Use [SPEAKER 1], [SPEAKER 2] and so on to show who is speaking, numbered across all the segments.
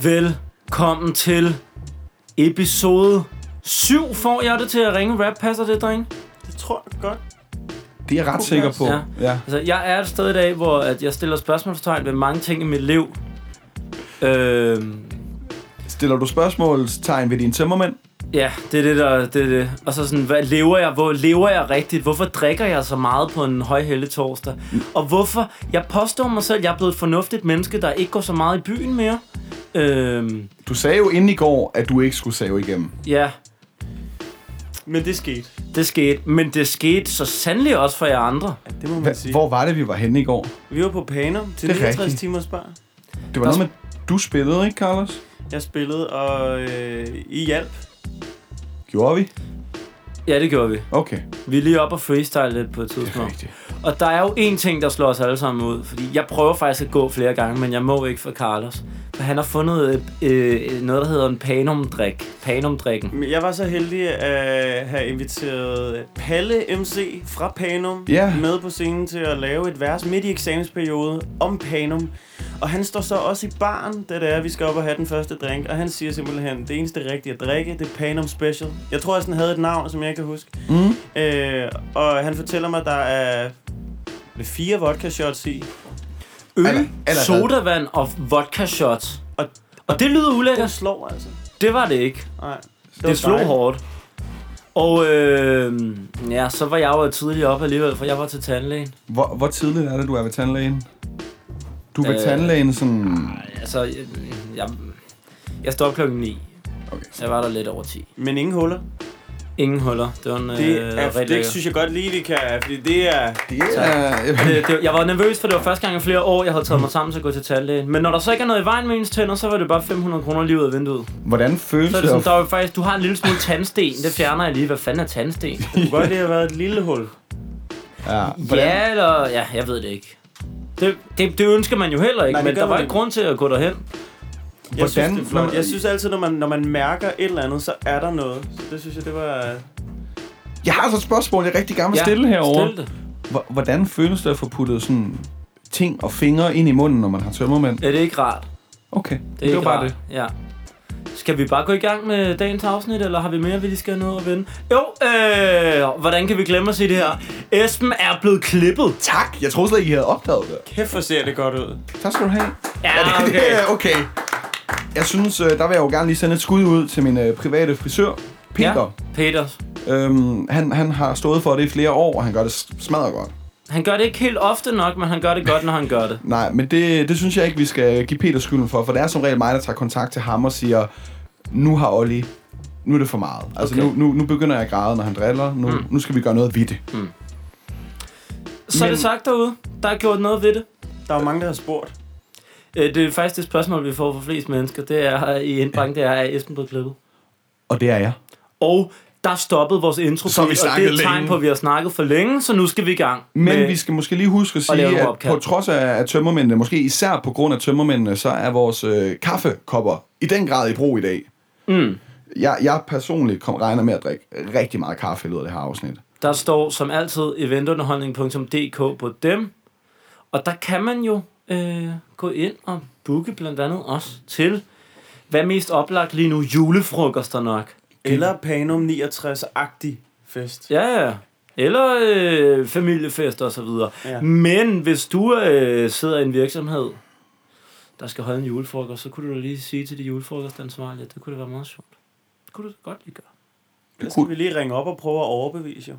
[SPEAKER 1] Velkommen til episode 7. Får jeg det til at ringe rap? Passer det, dreng?
[SPEAKER 2] Det tror jeg godt.
[SPEAKER 3] Det er jeg ret sikker på.
[SPEAKER 1] Ja.
[SPEAKER 3] Ja.
[SPEAKER 1] Altså, jeg er et sted i dag, hvor at jeg stiller spørgsmålstegn ved mange ting i mit liv. Øhm,
[SPEAKER 3] Stiller du spørgsmålstegn ved dine tømmermænd?
[SPEAKER 1] ja, det er det, der... Det er det. Og så sådan, hvad lever jeg? Hvor lever jeg rigtigt? Hvorfor drikker jeg så meget på en højhellig torsdag? Og hvorfor... Jeg påstår mig selv, at jeg er blevet et fornuftigt menneske, der ikke går så meget i byen mere. Øhm,
[SPEAKER 3] Du sagde jo inden i går, at du ikke skulle save igennem.
[SPEAKER 1] ja,
[SPEAKER 2] Men det skete.
[SPEAKER 1] det skete. Men det skete så sandelig også for jer andre.
[SPEAKER 2] Ja, det må man
[SPEAKER 3] Hva,
[SPEAKER 2] sige.
[SPEAKER 3] hvor var det, vi var henne i går?
[SPEAKER 2] Vi var på Panum til
[SPEAKER 3] Det er
[SPEAKER 2] 69
[SPEAKER 3] rigtigt.
[SPEAKER 2] timers bar.
[SPEAKER 3] Det var noget med, du spillede, ikke, Carlos?
[SPEAKER 2] Jeg spillede, og øh, I hjalp.
[SPEAKER 3] Gjorde vi?
[SPEAKER 1] Ja, det gjorde vi.
[SPEAKER 3] Okay,
[SPEAKER 1] Vi er lige op og freestyle lidt på et
[SPEAKER 3] det er
[SPEAKER 1] tidspunkt.
[SPEAKER 3] rigtigt.
[SPEAKER 1] Og der er jo en ting, der slår os alle sammen ud. Fordi jeg prøver faktisk at gå flere gange, men jeg må ikke for Carlos. For han har fundet øh, øh, noget, der hedder en panumdrik. Panumdrikken.
[SPEAKER 2] Men jeg var så heldig at have inviteret Palle MC fra Panum
[SPEAKER 3] Ja.
[SPEAKER 2] med på scenen til at lave et vers midt i eksamensperiode om Panum. Og han står så også i baren, da det er, vi skal op og have den første drink. Og han siger simpelthen, det eneste rigtige at drikke, det er Panum Special. Jeg tror, jeg sådan havde et navn, som jeg ikke kan huske.
[SPEAKER 3] Mm.
[SPEAKER 2] Øh, og han fortæller mig, at der er er det fire vodka shots i.
[SPEAKER 3] Aller-
[SPEAKER 1] Øl,
[SPEAKER 3] allerede.
[SPEAKER 1] sodavand og vodka shots.
[SPEAKER 2] Og-
[SPEAKER 1] Og, og det lyder
[SPEAKER 2] Den
[SPEAKER 1] ulækkert.
[SPEAKER 2] slår altså.
[SPEAKER 1] Det var det ikke.
[SPEAKER 2] Nej.
[SPEAKER 1] Det, det
[SPEAKER 2] var
[SPEAKER 1] slog
[SPEAKER 2] dejligt.
[SPEAKER 1] hårdt. Og øh, ja, så var jeg jo tidligere op alligevel, for jeg var til tandlægen.
[SPEAKER 3] Hvor, hvor tidligt er det, du er ved tandlægen? Du er ved
[SPEAKER 1] Øh,
[SPEAKER 3] øh, tandlægen sådan...
[SPEAKER 1] Altså, jeg, jeg, jeg stod op klokken 9.
[SPEAKER 3] Okay.
[SPEAKER 1] Jeg var der lidt over 10.
[SPEAKER 2] Men ingen huller.
[SPEAKER 1] Ingen huller. Det var en øh,
[SPEAKER 2] Det,
[SPEAKER 1] rigtig
[SPEAKER 2] er, det
[SPEAKER 1] lækker.
[SPEAKER 2] synes jeg godt lige, vi kan, fordi det er...
[SPEAKER 3] Det er...
[SPEAKER 1] det, det, jeg var nervøs, for det var første gang i flere år, jeg havde taget mig sammen til at gå til tandlægen. Men når der så ikke er noget i vejen med ens tænder, så var det bare 500 kroner lige ud af vinduet.
[SPEAKER 3] Hvordan føles
[SPEAKER 1] Så er det
[SPEAKER 3] det?
[SPEAKER 1] sådan,
[SPEAKER 3] at-
[SPEAKER 1] der er jo faktisk, du har en lille smule tandsten. Det fjerner jeg lige. Hvad fanden er tandsten?
[SPEAKER 2] Det kunne godt, det har været et lille hul.
[SPEAKER 3] Ja, hvordan,
[SPEAKER 1] ja, eller... Ja, jeg ved det ikke. Det, det, det ønsker man jo heller ikke, Nej,
[SPEAKER 2] Nej, det
[SPEAKER 1] men
[SPEAKER 2] gør
[SPEAKER 1] der var
[SPEAKER 2] man
[SPEAKER 1] ikke
[SPEAKER 2] ikke.
[SPEAKER 1] grund til at gå derhen.
[SPEAKER 2] Jeg
[SPEAKER 3] Hvordan-
[SPEAKER 2] synes, det er flot.
[SPEAKER 3] når-
[SPEAKER 2] Jeg synes altid, når man, når man mærker et eller andet, så er der noget. Så det synes jeg, det var...
[SPEAKER 3] Jeg har så et spørgsmål, jeg rigtig gerne vil stille herovre.
[SPEAKER 1] Stil det.
[SPEAKER 3] Hvor- Hvordan føles det at få puttet sådan ting og fingre ind i munden, når man har tømmermænd?
[SPEAKER 1] Ja, det er ikke rart.
[SPEAKER 3] Okay,
[SPEAKER 1] Det er
[SPEAKER 3] var
[SPEAKER 1] ikke
[SPEAKER 3] bare
[SPEAKER 1] rart.
[SPEAKER 3] det.
[SPEAKER 1] Ja. Skal vi bare gå i gang med dagens afsnit, eller har vi mere, vi lige skal nå at vende? Jo, øh, hvordan kan vi glemme at sige det her? Esben er blevet klippet.
[SPEAKER 3] Tak! Jeg troede slet ikke, I havde opdaget det.
[SPEAKER 2] Kæft, hvor ser det godt ud.
[SPEAKER 3] Tak skal du have.
[SPEAKER 1] Ja,
[SPEAKER 3] Det er Ah, okay. Jeg synes, øh, der vil jeg jo gerne lige sende et skud ud til min øh, private frisør, Peter.
[SPEAKER 1] Ja, Peter.
[SPEAKER 3] Ja. Øhm, han, han har stået for det i flere år, og han gør det s- smadret godt.
[SPEAKER 1] Han gør det ikke helt ofte nok, men han gør det godt, når han gør det.
[SPEAKER 3] Nej, men det, det synes jeg ikke, vi skal give Peter skylden for, for det er som regel mig, der tager kontakt til ham og siger, nu har Olli, nu er det for meget. Altså
[SPEAKER 1] Okay.
[SPEAKER 3] nu, nu, nu begynder jeg at græde, når han driller. Nu, mm. nu skal vi gøre noget ved det.
[SPEAKER 1] Så er det sagt derude. Der er gjort noget ved det.
[SPEAKER 2] Der er jo mange, der har spurgt.
[SPEAKER 1] Øh, Det er faktisk det spørgsmål, vi får fra flest mennesker. Det er øh, i indbank, det er, er Esben blevet klippet?
[SPEAKER 3] Og det er jeg.
[SPEAKER 1] Og der stoppede vores intro,
[SPEAKER 3] Så har vi
[SPEAKER 1] og det er et
[SPEAKER 3] snakket
[SPEAKER 1] tegn
[SPEAKER 3] længe.
[SPEAKER 1] på, at vi har snakket for længe, så nu skal vi i gang.
[SPEAKER 3] Men
[SPEAKER 1] med-
[SPEAKER 3] vi skal måske lige huske
[SPEAKER 1] lave
[SPEAKER 3] at sige,
[SPEAKER 1] nogle
[SPEAKER 3] at
[SPEAKER 1] opkald.
[SPEAKER 3] på trods af, af tømmermændene, måske især på grund af tømmermændene, så er vores øh, kaffekopper i den grad i brug i dag.
[SPEAKER 1] Mm.
[SPEAKER 3] Jeg, jeg personligt kom, regner med at drikke rigtig meget kaffe i løbet af det her afsnit.
[SPEAKER 1] Der står som altid eventunderholdning.dk på dem. Og der kan man jo øh, gå ind og booke blandt andet også til, hvad er mest oplagt lige nu, julefrokoster nok.
[SPEAKER 2] Eller Panum 69-agtig fest.
[SPEAKER 1] Ja, ja. Eller øh, familiefest og så videre.
[SPEAKER 2] Ja.
[SPEAKER 1] Ja. Men hvis du øh, sidder i en virksomhed, der skal holde en julefrokost, så kunne du da lige sige til de julefrokostansvarlige, at det kunne da være meget sjovt. Det kunne du da godt lige gøre.
[SPEAKER 2] Der skal vi lige ringe op og prøve at overbevise jo.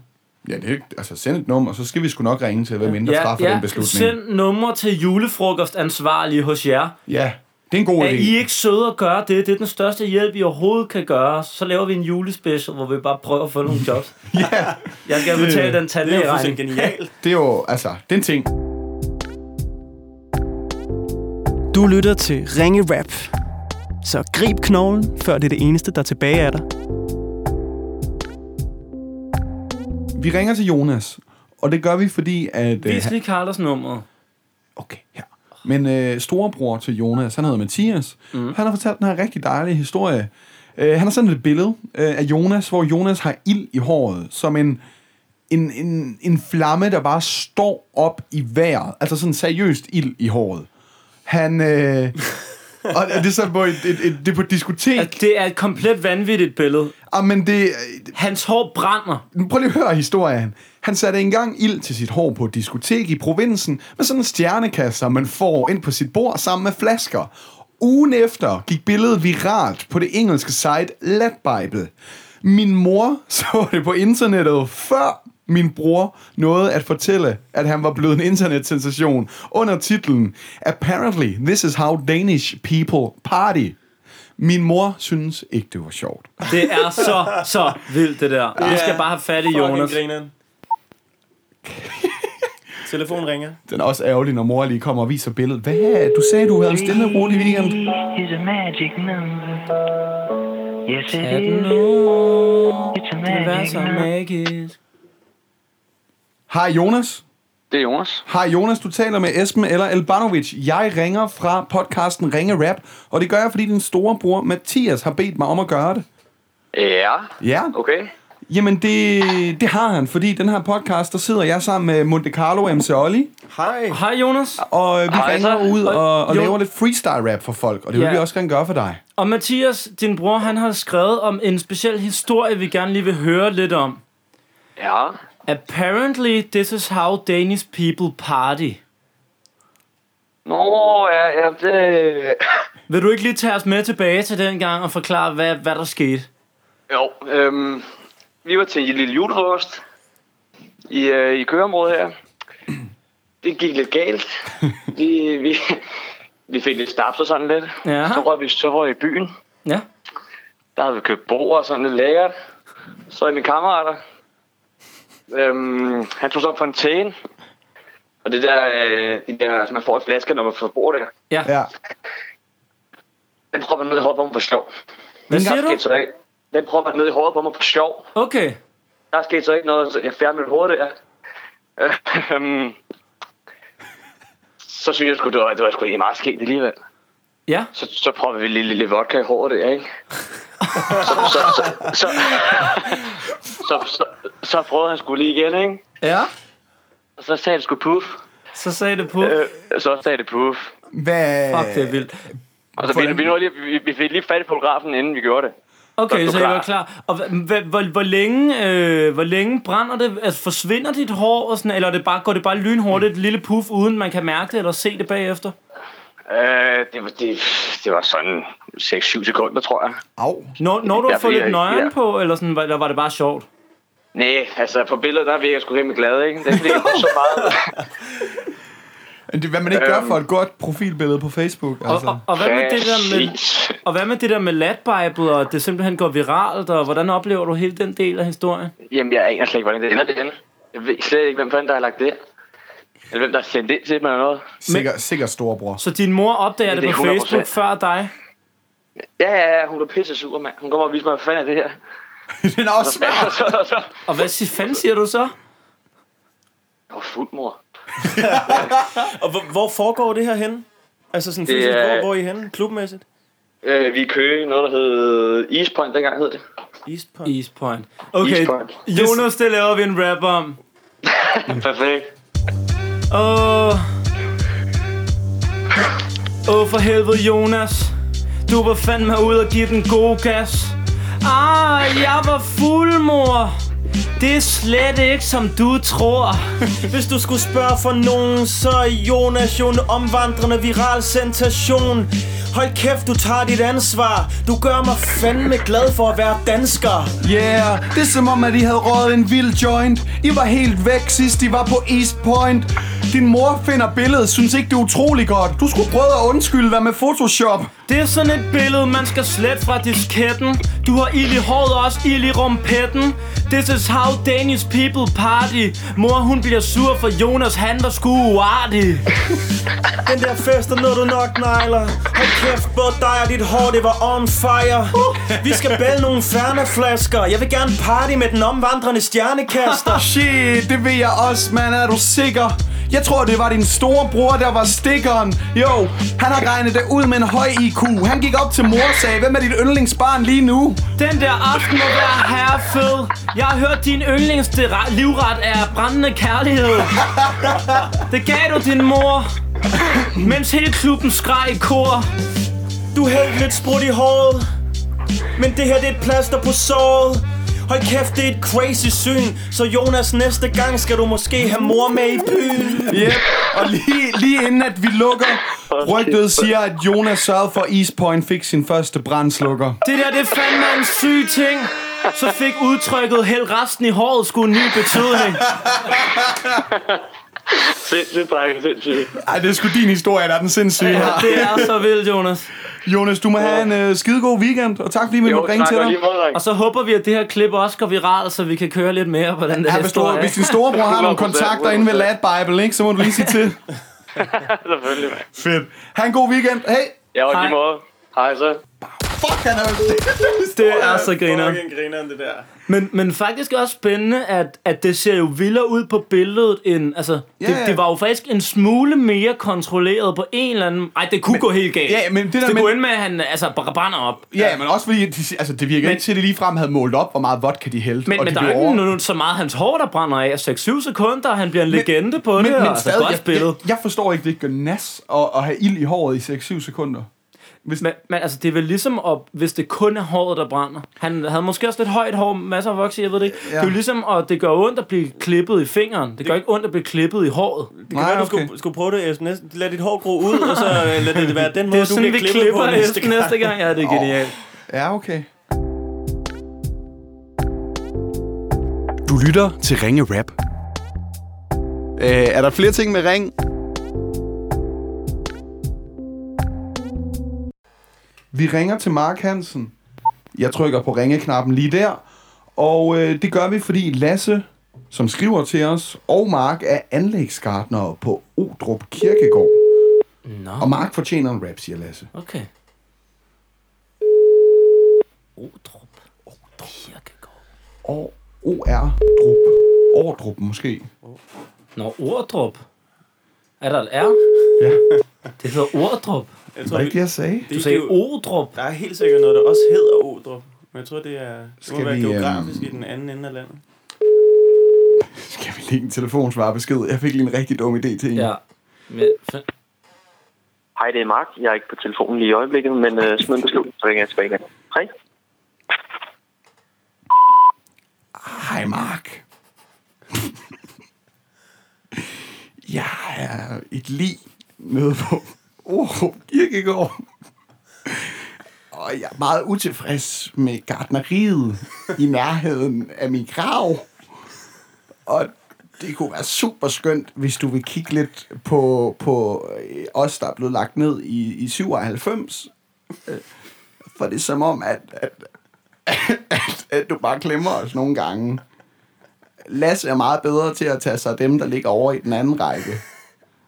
[SPEAKER 3] Ja, det er, ikke- altså send et nummer, så skal vi sgu nok ringe til, hvem end der træffer den beslutning.
[SPEAKER 1] send nummer til julefrokostansvarlige hos jer.
[SPEAKER 3] Ja, det er en god
[SPEAKER 1] Er I
[SPEAKER 3] idé.
[SPEAKER 1] ikke søde at gøre det? Det er den største hjælp, I overhovedet kan gøre. Så laver vi en julespecial, hvor vi bare prøver at få nogle jobs.
[SPEAKER 3] Ja,
[SPEAKER 1] Jeg skal
[SPEAKER 3] Det-
[SPEAKER 1] betale den
[SPEAKER 2] Det er jo fuldstændig
[SPEAKER 1] tandlægeregning.
[SPEAKER 2] genialt.
[SPEAKER 3] det er jo, altså, det er en ting.
[SPEAKER 4] Du lytter til Ringe Rap. Så grib knoglen, før det er det eneste, der er tilbage af dig.
[SPEAKER 3] Vi ringer til Jonas, og det gør vi, fordi at... Øh,
[SPEAKER 1] Vis lige Carlos nummeret.
[SPEAKER 3] okay, her. Men øh, storebror til Jonas, han hedder Mathias, mm. han har fortalt den her rigtig dejlige historie. Øh, han har sendt et billede øh, af Jonas, hvor Jonas har ild i håret, som en, en, en, en flamme, der bare står op i vejret. Altså sådan seriøst ild i håret. Han, øh, Og er det er så på et, et, et, det er på et diskotek.
[SPEAKER 1] Altså, det er et komplet vanvittigt billede.
[SPEAKER 3] Ah, men det,
[SPEAKER 1] Hans hår brænder.
[SPEAKER 3] Men Prøv lige at høre historien. Han satte engang ild til sit hår på et diskotek i provinsen med sådan en stjernekasser, man får ind på sit bord sammen med flasker. Ugen efter gik billedet viralt på det engelske site Let Bible. Min mor så det på internettet før min bror nåede at fortælle, at han var blevet en internetsensation under titlen Apparently This Is How Danish People Party. Min mor synes ikke, det var sjovt.
[SPEAKER 1] Det er så, så vildt, det der. Vi
[SPEAKER 2] Ja.
[SPEAKER 1] skal bare have fat i
[SPEAKER 2] Jonas.
[SPEAKER 1] Jonas.
[SPEAKER 2] Grineren. Telefon ringer.
[SPEAKER 3] Den er også ærgerlig, når mor lige kommer og viser billedet. Hvad? Du sagde, du havde en stille og rolig weekend.
[SPEAKER 5] is a magic number. Yes,
[SPEAKER 1] Er
[SPEAKER 5] it
[SPEAKER 1] den
[SPEAKER 5] is.
[SPEAKER 1] nu?
[SPEAKER 5] It's a
[SPEAKER 1] Det var
[SPEAKER 5] magic
[SPEAKER 1] så
[SPEAKER 5] number.
[SPEAKER 1] magisk.
[SPEAKER 3] Hej Jonas.
[SPEAKER 6] Det er Jonas.
[SPEAKER 3] Hej Jonas, du taler med Esben eller Elbanovic. Jeg ringer fra podcasten Ringe Rap, og det gør jeg, fordi din store bror Mathias har bedt mig om at gøre det.
[SPEAKER 6] Ja,
[SPEAKER 3] Ja,
[SPEAKER 6] okay.
[SPEAKER 3] jamen det, det har han, fordi i den her podcast, der sidder jeg sammen med Monte Carlo MC Olli,
[SPEAKER 2] Hej.
[SPEAKER 1] Hej Jonas.
[SPEAKER 3] og vi
[SPEAKER 6] Hej,
[SPEAKER 3] ringer
[SPEAKER 6] så.
[SPEAKER 3] ud og, og
[SPEAKER 1] Jo.
[SPEAKER 3] laver lidt freestyle rap for folk, og det vil
[SPEAKER 1] Ja.
[SPEAKER 3] vi også gerne gøre for dig.
[SPEAKER 1] Og Mathias, din bror, han har skrevet om en speciel historie, vi gerne lige vil høre lidt om.
[SPEAKER 6] Ja,
[SPEAKER 1] Apparently, this is how Danish people party.
[SPEAKER 6] Nå, ja, ja, det...
[SPEAKER 1] Vil du ikke lige tage os med tilbage til den gang og forklare, hvad, hvad der skete?
[SPEAKER 6] Jo, øhm, vi var til en lille julefrokost i, øh, i køreområdet her. Det gik lidt galt. Vi, vi, vi fik lidt snaps og sådan lidt.
[SPEAKER 1] Ja.
[SPEAKER 6] Så røg vi så røg i byen.
[SPEAKER 1] Ja.
[SPEAKER 6] Der havde vi købt bord og sådan lidt lækkert. Så en af mine kammerater, øhm, han tog så på en tæen. Og det der, øh, de der, som man får i flasker, når man får bord der.
[SPEAKER 1] Ja.
[SPEAKER 3] Ja.
[SPEAKER 6] Den propper ned i håret på mig for sjov.
[SPEAKER 1] Hvad siger du?
[SPEAKER 6] skete så ikke. Den propper ned i håret på mig for sjov.
[SPEAKER 1] Okay.
[SPEAKER 6] Der skete så ikke noget, så jeg fjernede mit hoved der. Øhm, så synes jeg sgu, det var, det var sgu egentlig meget skægt alligevel.
[SPEAKER 1] Ja.
[SPEAKER 6] Så, så propper vi lige lidt lidt vodka i håret der, ikke? Så, så, så, så, så, så, så prøvede han sgu lige igen, ikke?
[SPEAKER 1] Ja.
[SPEAKER 6] Og så sagde det sgu puff.
[SPEAKER 1] Så sagde det på.
[SPEAKER 6] Øh, så sagde det puff.
[SPEAKER 3] Hvad?
[SPEAKER 1] Fuck, det er vildt.
[SPEAKER 6] Og så vi, vi, nåede lige, vi, vi fik lige fat i fotografen, inden vi gjorde det.
[SPEAKER 1] Okay,
[SPEAKER 6] du
[SPEAKER 1] så jeg var
[SPEAKER 6] klar?
[SPEAKER 1] klar. Og hva- hva- hvor, hvor, længe, øh, hvor længe brænder det? Altså, forsvinder dit hår, og sådan, eller er det bare, går det bare lynhurtigt, et lille puff, uden man kan mærke det eller se det bagefter?
[SPEAKER 6] Øh, det, var- det, det var sådan 6-7 sekunder, tror jeg.
[SPEAKER 3] Au.
[SPEAKER 1] Når, når du
[SPEAKER 6] Ja,
[SPEAKER 1] har fået
[SPEAKER 6] fordi
[SPEAKER 1] lidt
[SPEAKER 6] jeg-
[SPEAKER 1] nøjeren
[SPEAKER 6] ja.
[SPEAKER 1] på, eller, sådan, var- eller var det bare sjovt?
[SPEAKER 6] Nej, altså på billedet, der virker jeg sgu rimelig glad, ikke? Det er fordi, jeg får så meget...
[SPEAKER 3] Det er, hvad man ikke gør
[SPEAKER 6] Øhm.
[SPEAKER 3] for et godt profilbillede på Facebook.
[SPEAKER 1] Og,
[SPEAKER 3] Altså.
[SPEAKER 1] og, og, hvad med det der med,
[SPEAKER 6] Præcis.
[SPEAKER 1] og hvad med det der med latbible, og at det simpelthen går viralt, og hvordan oplever du hele den del af historien?
[SPEAKER 6] Jamen, jeg aner slet ikke, hvordan det ender det henne. Jeg ved slet ikke, hvem fanden, der har lagt det ind. Eller hvem, der har sendt ind til dem eller noget.
[SPEAKER 3] Sikker, sikker storebror.
[SPEAKER 1] Så din mor opdager
[SPEAKER 6] Ja,
[SPEAKER 1] det,
[SPEAKER 6] det er
[SPEAKER 1] det på
[SPEAKER 6] 100%.
[SPEAKER 1] Facebook før dig?
[SPEAKER 6] Ja, ja, ja, hun er pisse sur, mand. Hun kommer og viser mig, hvad fanden er det her.
[SPEAKER 3] Den er også svær.
[SPEAKER 6] så, så, så.
[SPEAKER 1] Og hvad si- fanden siger du så?
[SPEAKER 6] Åh, fuld mor.
[SPEAKER 2] Og hvor, hvor foregår det her henne? Altså sådan
[SPEAKER 6] Det
[SPEAKER 2] fysisk,
[SPEAKER 6] er-
[SPEAKER 2] hvor, hvor er I henne? Klubmæssigt?
[SPEAKER 6] Øh, vi er i Køge, noget, der hed East Point, dengang hed det.
[SPEAKER 2] Eastpond.
[SPEAKER 1] East Point. Okay,
[SPEAKER 6] East Point.
[SPEAKER 1] Jonas, det laver vi en rap om.
[SPEAKER 6] Perfekt.
[SPEAKER 1] Åh, oh. for helvede Jonas Du var fandme ud og give den gode gas Ah, jeg var fuld, mor Det er slet ikke, som du tror
[SPEAKER 2] Hvis du skulle spørge for nogen, så er Jonas jo en omvandrende viral sensation. Hold kæft, du tager dit ansvar. Du gør mig fandme glad for at være dansker.
[SPEAKER 3] Yeah, det er som om, at I havde røget en vild joint. I var helt væk sidst, I var på East Point. Din mor finder billedet, synes ikke det er utrolig godt. Du skulle prøve at undskylde dig med Photoshop.
[SPEAKER 1] Det er sådan et billede, man skal slet fra disketten Du har ild i håret og også ild i rumpetten This is how Danish people party Mor hun bliver sur for Jonas, han var sgu uartig
[SPEAKER 2] Den der fest, der nåede du nok negler. Hold kæft, både dig og dit hår, det var on fire. Vi skal bælge nogle færneflasker. Jeg vil gerne party med den omvandrende stjernekaster.
[SPEAKER 3] Shit, det ved jeg også, mand. Er du sikker? Jeg tror, det var din store bror, der var stikkeren. Jo, han har regnet det ud med en høj IQ. Han gik op til mor og sagde, hvem er dit yndlingsbarn lige nu?
[SPEAKER 1] Den der aften må være herrefed. Jeg har hørt, din yndlings livret er brændende kærlighed. Det gav du din mor, mens hele klubben skreg i kor.
[SPEAKER 2] Du hældte lidt sprudt i håret Men det her det er et plaster på såret Hold kæft, det er et crazy syn Så Jonas, næste gang skal du måske have mor med i byen
[SPEAKER 3] Yep. Og lige, lige inden at vi lukker, rygtet siger, at Jonas sørgede for, at East Point fik sin første brandslukker.
[SPEAKER 1] Det der, det er fandme en syg ting. Så fik udtrykket, held resten i håret skulle en ny betydning.
[SPEAKER 6] Sindssygt, drenge, sindssygt.
[SPEAKER 3] Ej, det er sgu din historie, der er den sindssyge her.
[SPEAKER 1] Det er så vildt, Jonas.
[SPEAKER 3] Jonas, du må have en øh, skidegod weekend, og tak fordi vi måtte ringe
[SPEAKER 6] tak,
[SPEAKER 3] til
[SPEAKER 6] og
[SPEAKER 3] dig.
[SPEAKER 6] lige måde, drenge.
[SPEAKER 1] Og så håber vi, at det her klip også går viralt, så vi kan køre lidt mere på den der
[SPEAKER 3] Ja, hvis, du,
[SPEAKER 1] historie.
[SPEAKER 3] hvis din storebror har nogle
[SPEAKER 6] 100%,
[SPEAKER 3] kontakter inde ved Lad Bible, ikke, så må du lige sige til.
[SPEAKER 6] Selvfølgelig, mand.
[SPEAKER 3] Fedt. Ha' en god weekend. Hey,
[SPEAKER 6] Ja, og i
[SPEAKER 1] Hej.
[SPEAKER 6] lige måde. Hej så.
[SPEAKER 3] fuck, han er...
[SPEAKER 1] Det er så griner.
[SPEAKER 2] Fucking grineren, det der.
[SPEAKER 1] Men, men faktisk også spændende, at, at det ser jo vildere ud på billedet end... Altså, yeah.
[SPEAKER 3] Ja, ja.
[SPEAKER 1] det, det var jo faktisk en smule mere kontrolleret på en eller anden... Ej, det kunne men, gå helt galt.
[SPEAKER 3] Ja, men det der
[SPEAKER 1] det
[SPEAKER 3] med-
[SPEAKER 1] kunne ende med, at han altså, bare brænder op.
[SPEAKER 3] Ja, men også fordi, de, altså, det virker
[SPEAKER 1] Men-
[SPEAKER 3] ikke til, at de ligefrem havde målt op, hvor meget vodka de hældte.
[SPEAKER 1] Men,
[SPEAKER 3] og
[SPEAKER 1] men
[SPEAKER 3] de
[SPEAKER 1] der er
[SPEAKER 3] blev
[SPEAKER 1] ikke
[SPEAKER 3] over-
[SPEAKER 1] nogen, så meget hans hår, der brænder af. 6-7 sekunder, og han bliver en men, legende på det.
[SPEAKER 3] men,
[SPEAKER 1] og
[SPEAKER 3] men
[SPEAKER 1] altså,
[SPEAKER 3] stadig,
[SPEAKER 1] godt
[SPEAKER 3] jeg,
[SPEAKER 1] spillet.
[SPEAKER 3] jeg, jeg forstår ikke, det gør nas at, at have ild i håret i 6-7 sekunder.
[SPEAKER 1] Men, men altså, det er vel ligesom, at, hvis det kun er håret, der brænder. Han havde måske også lidt højt hår, masser af vokse, jeg ved det ikke. Ja. Det er jo ligesom, at det gør ondt at blive klippet i fingeren. Det, gør ikke ondt at blive klippet i håret.
[SPEAKER 2] Det kan
[SPEAKER 3] Nej,
[SPEAKER 2] være, du
[SPEAKER 3] okay.
[SPEAKER 2] skulle, skulle prøve det, Esben. Næsten- Lad dit hår gro ud, og så øh, lad det være den
[SPEAKER 1] Det
[SPEAKER 2] måde,
[SPEAKER 1] er
[SPEAKER 2] du
[SPEAKER 1] sådan,
[SPEAKER 2] bliver
[SPEAKER 1] vi
[SPEAKER 2] klippet
[SPEAKER 1] klipper
[SPEAKER 2] på næste gang.
[SPEAKER 1] næste gang. Ja, det er genialt.
[SPEAKER 3] Ja, okay.
[SPEAKER 7] Du lytter til Ringe Rap. Øh, er der flere ting med Ring?
[SPEAKER 3] Vi ringer til Mark Hansen. Jeg trykker på ringeknappen lige der. Og øh, det gør vi, fordi Lasse, som skriver til os, og Mark er anlægsgartnere på Odrup Kirkegård.
[SPEAKER 1] Nå,
[SPEAKER 3] Og Mark fortjener en rap, siger Lasse.
[SPEAKER 1] okay. Odrup. Odrup. Kirkegård.
[SPEAKER 3] Og O-R-drup. Ordrup måske.
[SPEAKER 1] Nå, Ordrup. Er der et R?
[SPEAKER 3] Ja.
[SPEAKER 1] Det hedder Ordrup.
[SPEAKER 2] Jeg
[SPEAKER 3] Var
[SPEAKER 2] tror,
[SPEAKER 3] det
[SPEAKER 2] vi,
[SPEAKER 3] ikke det, jeg sagde?
[SPEAKER 2] det
[SPEAKER 1] Du
[SPEAKER 2] er
[SPEAKER 1] sagde
[SPEAKER 2] geo-
[SPEAKER 1] Odrup.
[SPEAKER 2] Der er helt sikkert noget, der også hedder Odrup. Men jeg tror, det er det må
[SPEAKER 3] Skal
[SPEAKER 2] være
[SPEAKER 3] vi,
[SPEAKER 2] geografisk
[SPEAKER 3] øhm,
[SPEAKER 2] i den anden ende af landet.
[SPEAKER 3] Skal vi lige en telefonsvarbesked? Jeg fik lige en rigtig dum idé til en.
[SPEAKER 1] Ja. Men,
[SPEAKER 6] Hej, det er Mark. Jeg er ikke på telefonen lige i øjeblikket, men øh, smid en besked, så ringer jeg tilbage igen. Hej.
[SPEAKER 3] Hej Mark. jeg er et lig nede på Orup Kirkegård. Og jeg er meget utilfreds med gardneriet i nærheden af min grav. Og det kunne være super skønt, hvis du vil kigge lidt på, på øh, os, der er blevet lagt ned i, i 97. Øh, For det er som om, at, at, at, at du bare glemmer os nogle gange. Lasse er meget bedre til at tage sig af dem, der ligger over i den anden række.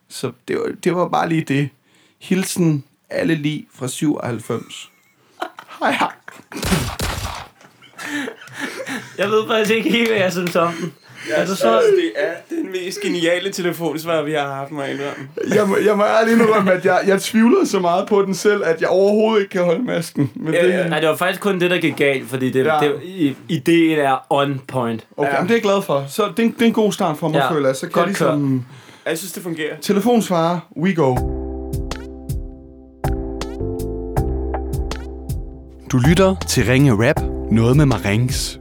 [SPEAKER 3] Så det var, det var bare lige det. Hilsen alle lige fra 97. Hej, hej.
[SPEAKER 1] jeg ved faktisk ikke helt, hvad jeg synes om den. Er du så...
[SPEAKER 2] det er den mest geniale telefonsvar, vi har haft mig indrømme.
[SPEAKER 3] Jeg, må- jeg må ærligt indrømme, at jeg, jeg tvivlede så meget på den selv, at jeg overhovedet ikke kan holde masken. Men det,
[SPEAKER 1] Nej, det var faktisk kun det, der gik galt, fordi det,
[SPEAKER 3] Ja.
[SPEAKER 1] ja. det, i- ideen er on point.
[SPEAKER 3] okay, men det er jeg glad for. Så det, er en- det er en god start for mig,
[SPEAKER 1] Ja,
[SPEAKER 3] føler jeg. Så kan jeg
[SPEAKER 1] godt
[SPEAKER 3] ligesom...
[SPEAKER 2] Jeg synes, det fungerer.
[SPEAKER 3] Telefonsvarer, we go.
[SPEAKER 7] Du lytter til Ringe Rap. Noget med Marings.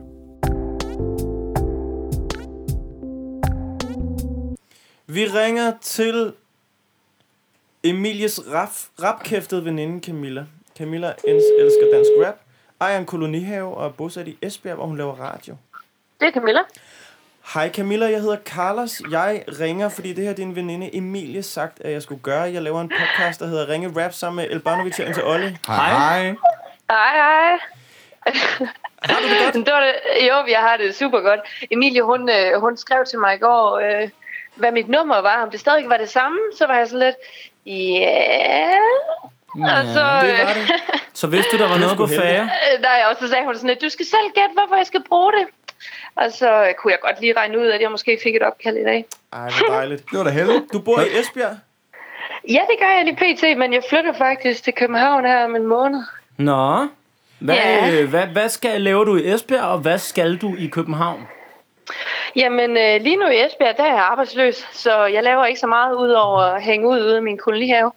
[SPEAKER 2] Vi ringer til Emilies rap, rapkæftede veninde Camilla. Camilla ens elsker dansk rap, ejer en kolonihave og er bosat i Esbjerg, hvor hun laver radio.
[SPEAKER 8] Det er Camilla.
[SPEAKER 2] Hej Camilla, jeg hedder Carlos. Jeg ringer, fordi det her er din veninde Emilie sagt, at jeg skulle gøre. Jeg laver en podcast, der hedder Ringe Rap sammen med Elbanovic og til Olle.
[SPEAKER 3] Hej. hej.
[SPEAKER 8] Hej, hej. det var det. Jo, jeg har det super godt. Emilie, hun, øh, hun skrev til mig i går, øh, hvad mit nummer var. Om det stadig var det samme, så var jeg sådan lidt, ja... Yeah. Og så,
[SPEAKER 2] Det var
[SPEAKER 8] øh,
[SPEAKER 2] det.
[SPEAKER 1] Så vidste du, der var noget på
[SPEAKER 2] sgu heldigt.
[SPEAKER 1] færre?
[SPEAKER 8] øh, nej, og så sagde hun sådan lidt, du skal selv gætte, hvorfor jeg skal bruge det. Og så øh, kunne jeg godt lige regne ud, at jeg måske fik et opkald i dag.
[SPEAKER 2] Ej, hvor dejligt.
[SPEAKER 3] Det var da heldigt.
[SPEAKER 2] Du bor i Esbjerg?
[SPEAKER 8] Ja, det gør jeg lige pt, men jeg flytter faktisk til København her om en måned.
[SPEAKER 1] Nå. Hvad,
[SPEAKER 8] Ja.
[SPEAKER 1] yeah. hvad, hvad skal, laver du i Esbjerg, og hvad skal du i København?
[SPEAKER 8] Jamen, øh, lige nu i Esbjerg, der er jeg arbejdsløs, så jeg laver ikke så meget ud over at hænge ud ude i min kolonihave.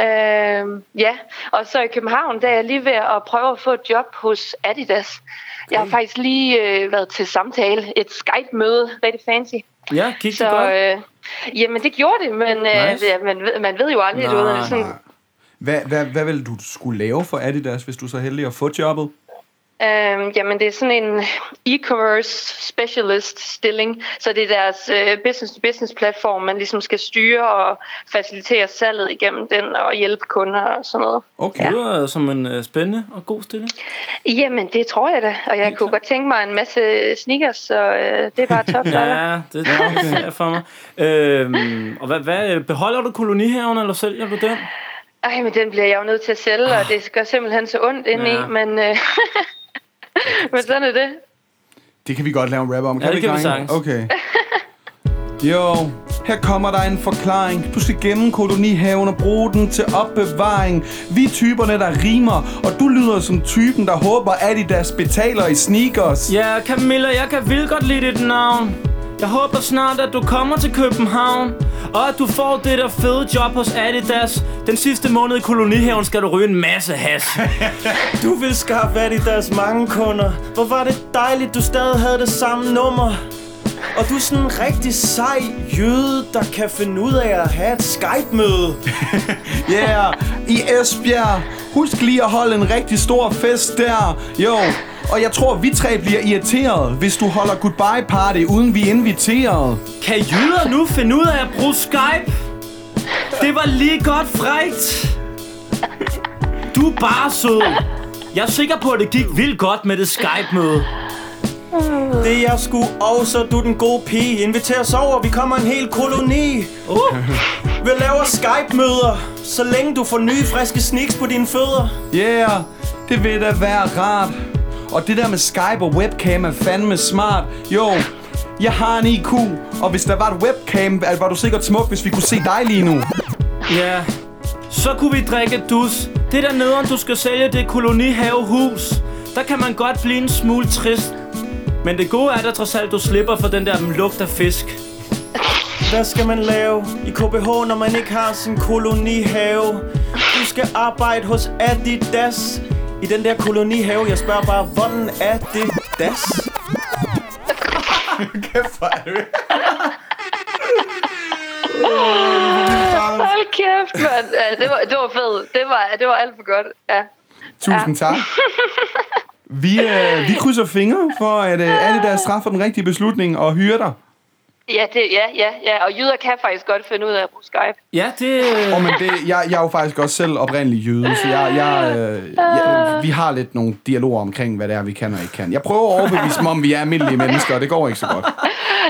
[SPEAKER 8] Øh, ja, og så i København, der er jeg lige ved at prøve at få et job hos Adidas. Jeg
[SPEAKER 1] Mm.
[SPEAKER 8] har faktisk lige øh, været til samtale, et Skype-møde, rigtig fancy.
[SPEAKER 1] Ja, gik det
[SPEAKER 8] Så
[SPEAKER 1] godt?
[SPEAKER 8] øh, jamen, det gjorde det, men øh,
[SPEAKER 1] Nice.
[SPEAKER 8] ja, man, ved, man ved jo aldrig,
[SPEAKER 1] Nej,
[SPEAKER 8] du ved, sådan,
[SPEAKER 3] Hvad, hvad, hvad ville du skulle lave for Adidas, hvis du er så heldig at få jobbet?
[SPEAKER 8] Øhm, jamen, det er sådan en e-commerce specialist stilling, så det er deres øh, business-to-business platform, man ligesom skal styre og facilitere salget igennem den og hjælpe kunder og sådan noget.
[SPEAKER 3] Okay.
[SPEAKER 1] Det lyder som en øh, spændende og god stilling.
[SPEAKER 8] Jamen, det tror jeg da, og jeg kunne godt tænke mig en masse sneakers, så øh, det er bare top. ja.
[SPEAKER 1] Ja, det er okay. for mig. Øhm, og hvad, hvad, øh, beholder du kolonihaven, eller sælger du den?
[SPEAKER 8] Ej, men den bliver jeg jo nødt til at sælge, og det gør simpelthen så ondt indeni,
[SPEAKER 1] Ja.
[SPEAKER 8] ja. men, øh, men sådan er det.
[SPEAKER 3] Det kan vi godt lave en rap om. Kan
[SPEAKER 1] det kan vi
[SPEAKER 3] drenge?
[SPEAKER 1] sagtens.
[SPEAKER 3] Okay. Jo, her kommer der en forklaring. Du skal gemme kolonihaven og bruge den til opbevaring. Vi er typerne, der rimer, og du lyder som typen, der håber, Adidas betaler i sneakers.
[SPEAKER 1] Ja, Camilla, jeg kan vildt godt lide dit navn. Jeg håber snart, at du kommer til København. Og at du får det der fede job hos Adidas. Den sidste måned i kolonihaven skal du ryge en masse has.
[SPEAKER 2] Du vil skaffe fat i deres mange kunder Hvor var det dejligt, du stadig havde det samme nummer Og du er sådan en rigtig sej jøde, der kan finde ud af at have et Skype-møde
[SPEAKER 3] Yeah, i Esbjerg. Husk lige at holde en rigtig stor fest der. Jo, og jeg tror, vi tre bliver irriteret, hvis du holder goodbye party, uden vi er inviteret.
[SPEAKER 1] Kan jyder nu finde ud af at bruge Skype? Det var lige godt frægt. Du er bare sød. Jeg er sikker på, at det gik vildt godt med det Skype-møde.
[SPEAKER 2] Det er jeg sgu også, du er den gode pige Inviterer os over, vi kommer en hel koloni
[SPEAKER 1] Uh.
[SPEAKER 2] Vi laver Skype-møder Så længe du får nye friske sneaks på dine fødder
[SPEAKER 3] Yeah, det vil da være rart. Og det der med Skype og webcam er fandme smart. Jo, jeg har en IQ, og hvis der var et webcam, var du sikkert smuk, hvis vi kunne se dig lige nu.
[SPEAKER 1] Ja, så kunne vi drikke et dus. Det der nederen, du skal sælge, det er kolonihavehus. Der kan man godt blive en smule trist. Men det gode er da trods alt, du slipper for den der lugt af fisk.
[SPEAKER 2] Hvad skal man lave i KBH, når man ikke har sin kolonihave? Du skal arbejde hos Adidas i den der kolonihave. Jeg spørger bare, hvordan er det das?
[SPEAKER 8] Hold kæft, mand. Ja, det, var, det var fedt. Det var, det var alt for godt. Ja.
[SPEAKER 3] Tusind tak. Vi, øh, vi krydser fingre for, at øh, alle deres straffer den rigtige beslutning og hyrer dig.
[SPEAKER 8] Ja, det, ja, ja, ja, og jyder kan faktisk godt finde ud af at bruge Skype.
[SPEAKER 1] Ja, det...
[SPEAKER 3] Og men det, jeg, jeg er jo faktisk også selv oprindelig jøde, så jeg, jeg, øh, jeg, vi har lidt nogle dialoger omkring, hvad det er, vi kan og ikke kan. Jeg prøver at overbevise dem om, vi er almindelige mennesker, og det går ikke så godt.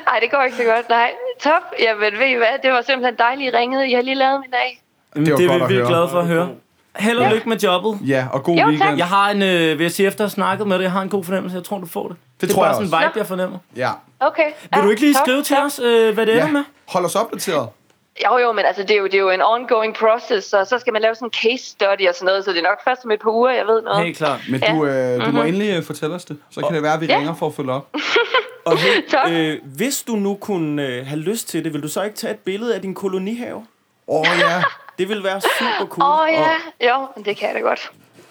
[SPEAKER 8] Nej, det går ikke så godt, nej. Top, jamen ved I hvad, det var simpelthen dejligt I ringede. I har lige lavet min dag.
[SPEAKER 3] Det var
[SPEAKER 1] det er
[SPEAKER 3] godt at
[SPEAKER 1] vi vildt
[SPEAKER 3] høre.
[SPEAKER 1] glade for at høre. Held og lykke med jobbet.
[SPEAKER 3] Ja, og god
[SPEAKER 8] Jo, tak.
[SPEAKER 3] weekend.
[SPEAKER 1] Jeg har en, øh, vil jeg sige, efter at have snakket med dig, jeg har en god fornemmelse. Jeg tror, du får det. Det,
[SPEAKER 3] tror
[SPEAKER 1] er bare
[SPEAKER 3] jeg
[SPEAKER 1] sådan en
[SPEAKER 3] også.
[SPEAKER 1] vibe, jeg fornemmer.
[SPEAKER 3] Ja.
[SPEAKER 8] Okay.
[SPEAKER 1] Vil
[SPEAKER 8] ja,
[SPEAKER 1] du ikke lige
[SPEAKER 8] top,
[SPEAKER 1] skrive til
[SPEAKER 8] top.
[SPEAKER 1] os, øh, hvad det ender med?
[SPEAKER 3] ja. Hold os opdateret.
[SPEAKER 8] Jo, jo, men altså, det er jo, det er jo en ongoing process, og så skal man lave sådan en case study og sådan noget, så det er nok først om et par uger, jeg ved noget.
[SPEAKER 1] Helt klart.
[SPEAKER 3] Men
[SPEAKER 8] Ja. Mhm.
[SPEAKER 3] du, øh, du må endelig øh, fortælle os det. Så kan det være, at vi ringer for at følge op.
[SPEAKER 2] Og vi-
[SPEAKER 8] Tak.
[SPEAKER 2] øh, hvis du nu kunne øh, have lyst til det, vil du så ikke tage et billede af din kolonihave?
[SPEAKER 3] Åh oh, ja.
[SPEAKER 2] Det vil være super cool.
[SPEAKER 8] Åh oh, ja, jo, men det kan jeg da godt.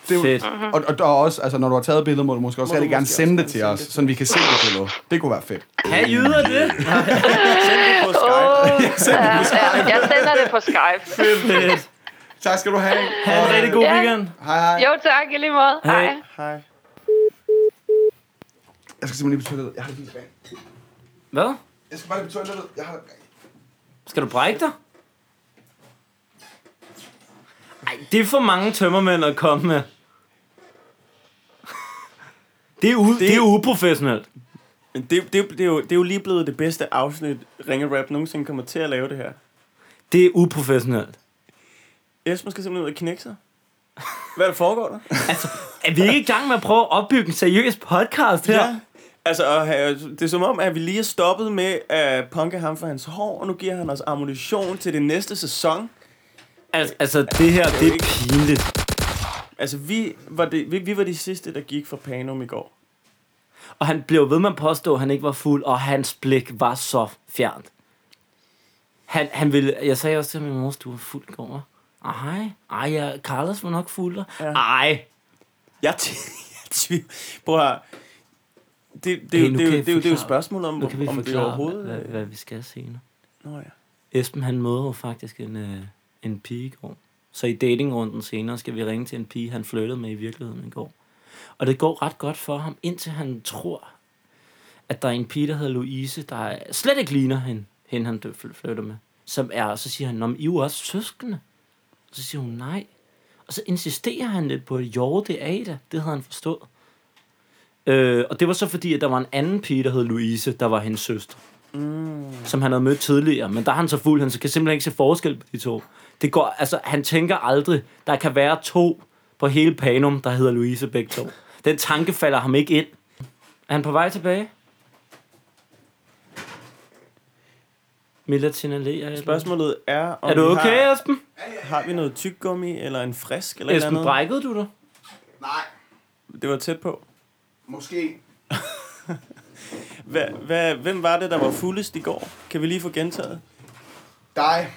[SPEAKER 3] Det er
[SPEAKER 1] Fedt.
[SPEAKER 3] jo, og, og, og også, altså, når du har taget billedet, må du måske også
[SPEAKER 2] Må du
[SPEAKER 3] rigtig gerne
[SPEAKER 2] måske
[SPEAKER 3] sende det
[SPEAKER 2] også
[SPEAKER 3] til os, så vi kan se det billede. Det kunne være fedt.
[SPEAKER 1] Kan jyder det?
[SPEAKER 2] på Skype.
[SPEAKER 8] Ja, ja, jeg sender det på Skype.
[SPEAKER 1] Fedt.
[SPEAKER 3] Tak skal du have.
[SPEAKER 1] Ha' en
[SPEAKER 3] øh,
[SPEAKER 1] rigtig god
[SPEAKER 8] Ja.
[SPEAKER 1] weekend.
[SPEAKER 3] Hej hej.
[SPEAKER 8] Jo, tak, i lige måde.
[SPEAKER 1] Hej.
[SPEAKER 8] Hej.
[SPEAKER 2] Hej.
[SPEAKER 3] Jeg skal simpelthen lige på toilettet. Jeg har det lige tilbage.
[SPEAKER 1] Hvad?
[SPEAKER 3] Jeg skal bare lige på toilettet. Jeg har det tilbage.
[SPEAKER 1] Skal du brække dig? Ej, det er for mange tømmermænd at komme med. Det er, u- det, det er uprofessionelt.
[SPEAKER 2] Det, det, det, er jo, det er jo lige blevet det bedste afsnit, Ringe Rap nogensinde kommer til at lave det her.
[SPEAKER 1] Det er uprofessionelt.
[SPEAKER 2] Esben skal simpelthen ud og knække sig. Hvad er der foregår der?
[SPEAKER 1] Altså, Er vi ikke i gang med at prøve at opbygge en seriøs podcast her?
[SPEAKER 2] Ja. Altså, og, øh, det er som om, at vi lige er stoppet med at punke ham for hans hår, og nu giver han os ammunition til det næste sæson.
[SPEAKER 1] Altså, altså, det her, det er pinligt.
[SPEAKER 2] Altså, vi var, det, vi, vi var de sidste, der gik for Panum i går.
[SPEAKER 1] Og han blev ved med at påstå, at han ikke var fuld, og hans blik var så fjernt. Han, han ville, jeg sagde også til min mor, at du var fuld i går. hva?" Ej, ej, "Ah, ja, Carlos var nok fuld. Ja. Ej,
[SPEAKER 2] Jeg tvivler. Prøv at høre. Det, det, det,
[SPEAKER 1] Hey,
[SPEAKER 2] hey,
[SPEAKER 1] nu
[SPEAKER 2] det, det,
[SPEAKER 1] kan
[SPEAKER 2] det,
[SPEAKER 1] I
[SPEAKER 2] det, det er jo et
[SPEAKER 1] forklare-
[SPEAKER 2] spørgsmål om,
[SPEAKER 1] nu kan vi
[SPEAKER 2] om det
[SPEAKER 1] forklare,
[SPEAKER 2] overhovedet...
[SPEAKER 1] hvad, hvad, hvad vi skal senere.
[SPEAKER 2] Nå ja.
[SPEAKER 1] Esben, han møder jo faktisk en, øh, en pige i går. Så i datingrunden senere skal vi ringe til en pige, han flyttede med i virkeligheden i går. Og det går ret godt for ham, indtil han tror, at der er en pige, der hedder Louise, der slet ikke ligner hende, hende han dø- fly- flytter med. Som er, og så siger han, om I er jo også søskende. Og så siger hun nej. Og så insisterer han lidt på, at jo, det er I da. Det havde han forstået. Øh, og det var så fordi, at der var en anden pige, der hed Louise, der var hendes søster
[SPEAKER 2] Mm.
[SPEAKER 1] som han havde mødt tidligere, men der er han så fuld, han så kan simpelthen ikke se forskel på de to. Det går, altså, han tænker aldrig, der kan være to på hele Panum, der hedder Louise begge to. Den tanke falder ham ikke ind. Er han på vej tilbage? Milla signalerer. et
[SPEAKER 2] Spørgsmålet er, om
[SPEAKER 1] eller andet. Er du
[SPEAKER 2] vi
[SPEAKER 1] okay,
[SPEAKER 2] har,
[SPEAKER 1] Esben?
[SPEAKER 2] har vi noget tyggegummi eller en frisk eller et
[SPEAKER 1] Esben,
[SPEAKER 2] eller andet?
[SPEAKER 1] brækkede du dig?
[SPEAKER 7] Nej,
[SPEAKER 2] Det var tæt på.
[SPEAKER 7] måske.
[SPEAKER 2] Hva, hva, hvem var det, der var fuldest i går? Kan vi lige få gentaget?
[SPEAKER 7] Dig.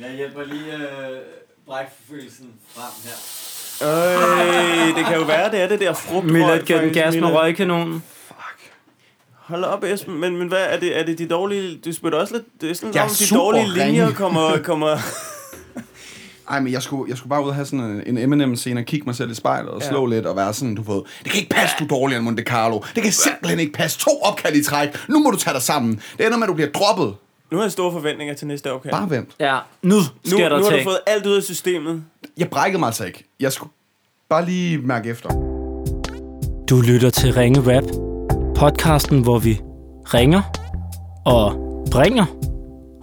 [SPEAKER 9] Jeg hjælper lige øh, brækforfølgelsen frem her.
[SPEAKER 2] Øh, det kan jo være, det er det der frugt.
[SPEAKER 1] Milla gav den gas med røgkanonen.
[SPEAKER 2] Hold op, Esben. Men, men hvad er det? Er det de dårlige... Du spytter også lidt... Det er sådan,
[SPEAKER 7] Jeg er
[SPEAKER 2] om de
[SPEAKER 7] super
[SPEAKER 2] dårlige
[SPEAKER 7] ringe.
[SPEAKER 2] linjer kommer... kommer
[SPEAKER 3] Ej, men jeg skulle, jeg skulle bare ud og have sådan en, en M&M scene og kigge mig selv i spejlet og slå lidt og være sådan, du ved, det kan ikke passe, du er dårligere end Monte Carlo. Det kan simpelthen ikke passe. To opkald i træk. Nu må du tage dig sammen. Det ender med, at du bliver droppet.
[SPEAKER 2] nu har jeg store forventninger til næste opkald.
[SPEAKER 3] Bare vent.
[SPEAKER 1] Ja, nu
[SPEAKER 2] Nu,
[SPEAKER 1] sker
[SPEAKER 2] nu
[SPEAKER 1] der
[SPEAKER 2] har du
[SPEAKER 1] ting.
[SPEAKER 2] fået alt ud af systemet.
[SPEAKER 3] Jeg brækkede mig altså ikke. Jeg skulle bare lige mærke efter.
[SPEAKER 4] Du lytter til Ringe Rap, podcasten, hvor vi ringer og bringer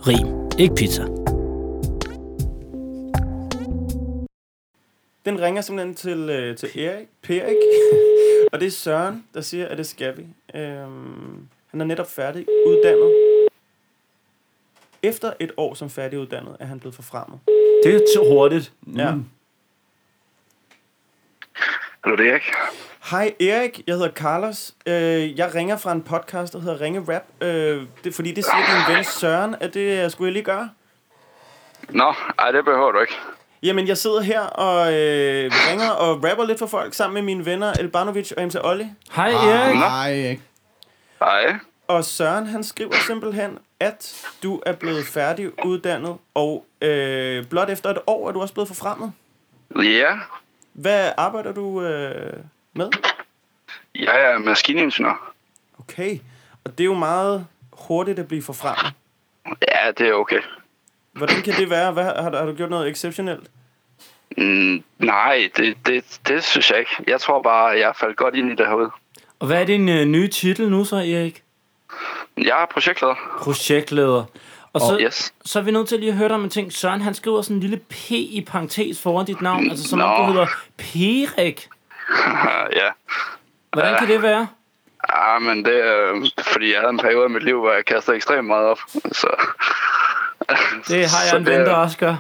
[SPEAKER 4] rim, ikke pizza.
[SPEAKER 2] Den ringer simpelthen til, øh, til Erik, Perik, og det er Søren, der siger, at det skal vi. Øhm, han er netop færdig uddannet. Efter et år som færdiguddannet er han blevet forfremmet.
[SPEAKER 1] Det er så hurtigt.
[SPEAKER 2] Ja.
[SPEAKER 6] Hallo, det er Erik.
[SPEAKER 2] Hej Erik, jeg hedder Carlos. Øh, jeg ringer fra en podcast, der hedder Ringe Rap. Øh, det, fordi det siger din ven Søren, at det øh, skulle jeg lige gøre.
[SPEAKER 6] Nå, ej, det behøver du ikke.
[SPEAKER 2] Jamen, jeg sidder her og øh, ringer og rapper lidt for folk sammen med mine venner Elbanovic og MC Olli.
[SPEAKER 1] Hej
[SPEAKER 2] Ah.
[SPEAKER 1] Erik.
[SPEAKER 3] Nej, ikke.
[SPEAKER 6] Hej.
[SPEAKER 2] Og Søren, han skriver simpelthen, at du er blevet færdig uddannet, og øh, blot efter et år er du også blevet forfremmet.
[SPEAKER 6] Ja,
[SPEAKER 2] Hvad arbejder du øh, med?
[SPEAKER 6] jeg er maskiningeniør.
[SPEAKER 2] Okay, og det er jo meget hurtigt at blive forfremmet.
[SPEAKER 6] Ja, det er okay.
[SPEAKER 2] Hvordan kan det være? Hvad, har, har du gjort noget exceptionelt?
[SPEAKER 6] Mm, nej, det, det, det synes jeg ikke. Jeg tror bare, jeg faldt godt ind i det herude.
[SPEAKER 1] Og hvad er din øh, nye titel nu så, Erik?
[SPEAKER 6] Jeg er projektleder.
[SPEAKER 1] Projektleder. Og så,
[SPEAKER 6] Yes.
[SPEAKER 1] så er vi nødt til lige at høre dig om en ting. Søren, han skriver sådan en lille p i parentes foran dit navn, altså som om
[SPEAKER 6] Nå.
[SPEAKER 1] du hedder Perik.
[SPEAKER 6] ja.
[SPEAKER 1] Hvordan kan det være?
[SPEAKER 6] Ah, men det er, øh, fordi jeg havde en periode i mit liv, hvor jeg kastede ekstremt meget op. Så,
[SPEAKER 1] Det har jeg
[SPEAKER 6] Så
[SPEAKER 1] en
[SPEAKER 6] det
[SPEAKER 1] ven,
[SPEAKER 6] er-
[SPEAKER 1] der også gør.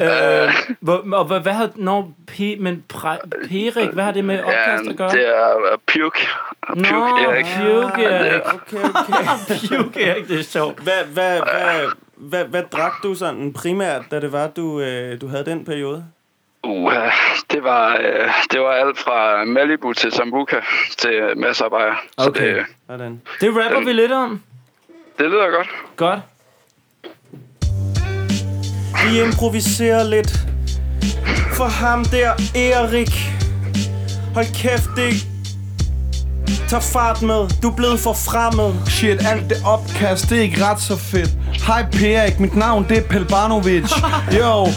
[SPEAKER 1] øh, hvor, og hvad, hvad har... Når P, men pre, Perik, hvad har det med
[SPEAKER 6] ja,
[SPEAKER 1] opkast at gøre?
[SPEAKER 6] det er øh, puke. Puke,
[SPEAKER 1] Nå,
[SPEAKER 6] Erik.
[SPEAKER 1] puke, Erik.
[SPEAKER 2] Okay, okay.
[SPEAKER 1] Puke, Erik, det er sjovt.
[SPEAKER 2] Hvad, hvad, hvad, hvad, hvad drak du sådan primært, da det var, du, øh, du havde den periode?
[SPEAKER 6] Uh, det, var, øh, det var alt fra Malibu til Sambuca til masser af bajer. Så
[SPEAKER 1] Okay.
[SPEAKER 6] det,
[SPEAKER 2] Sådan.
[SPEAKER 1] Det
[SPEAKER 6] Øhm.
[SPEAKER 1] rapper vi lidt om.
[SPEAKER 6] det lyder godt.
[SPEAKER 1] Godt.
[SPEAKER 2] Vi improviserer lidt For ham der, Erik Hold kæft, det tager fart med Du er blevet forfremmet
[SPEAKER 3] Shit, alt det opkast, det er ikke ret så fedt. Hej Perik, mit navn det er Pelbanovic. Jo,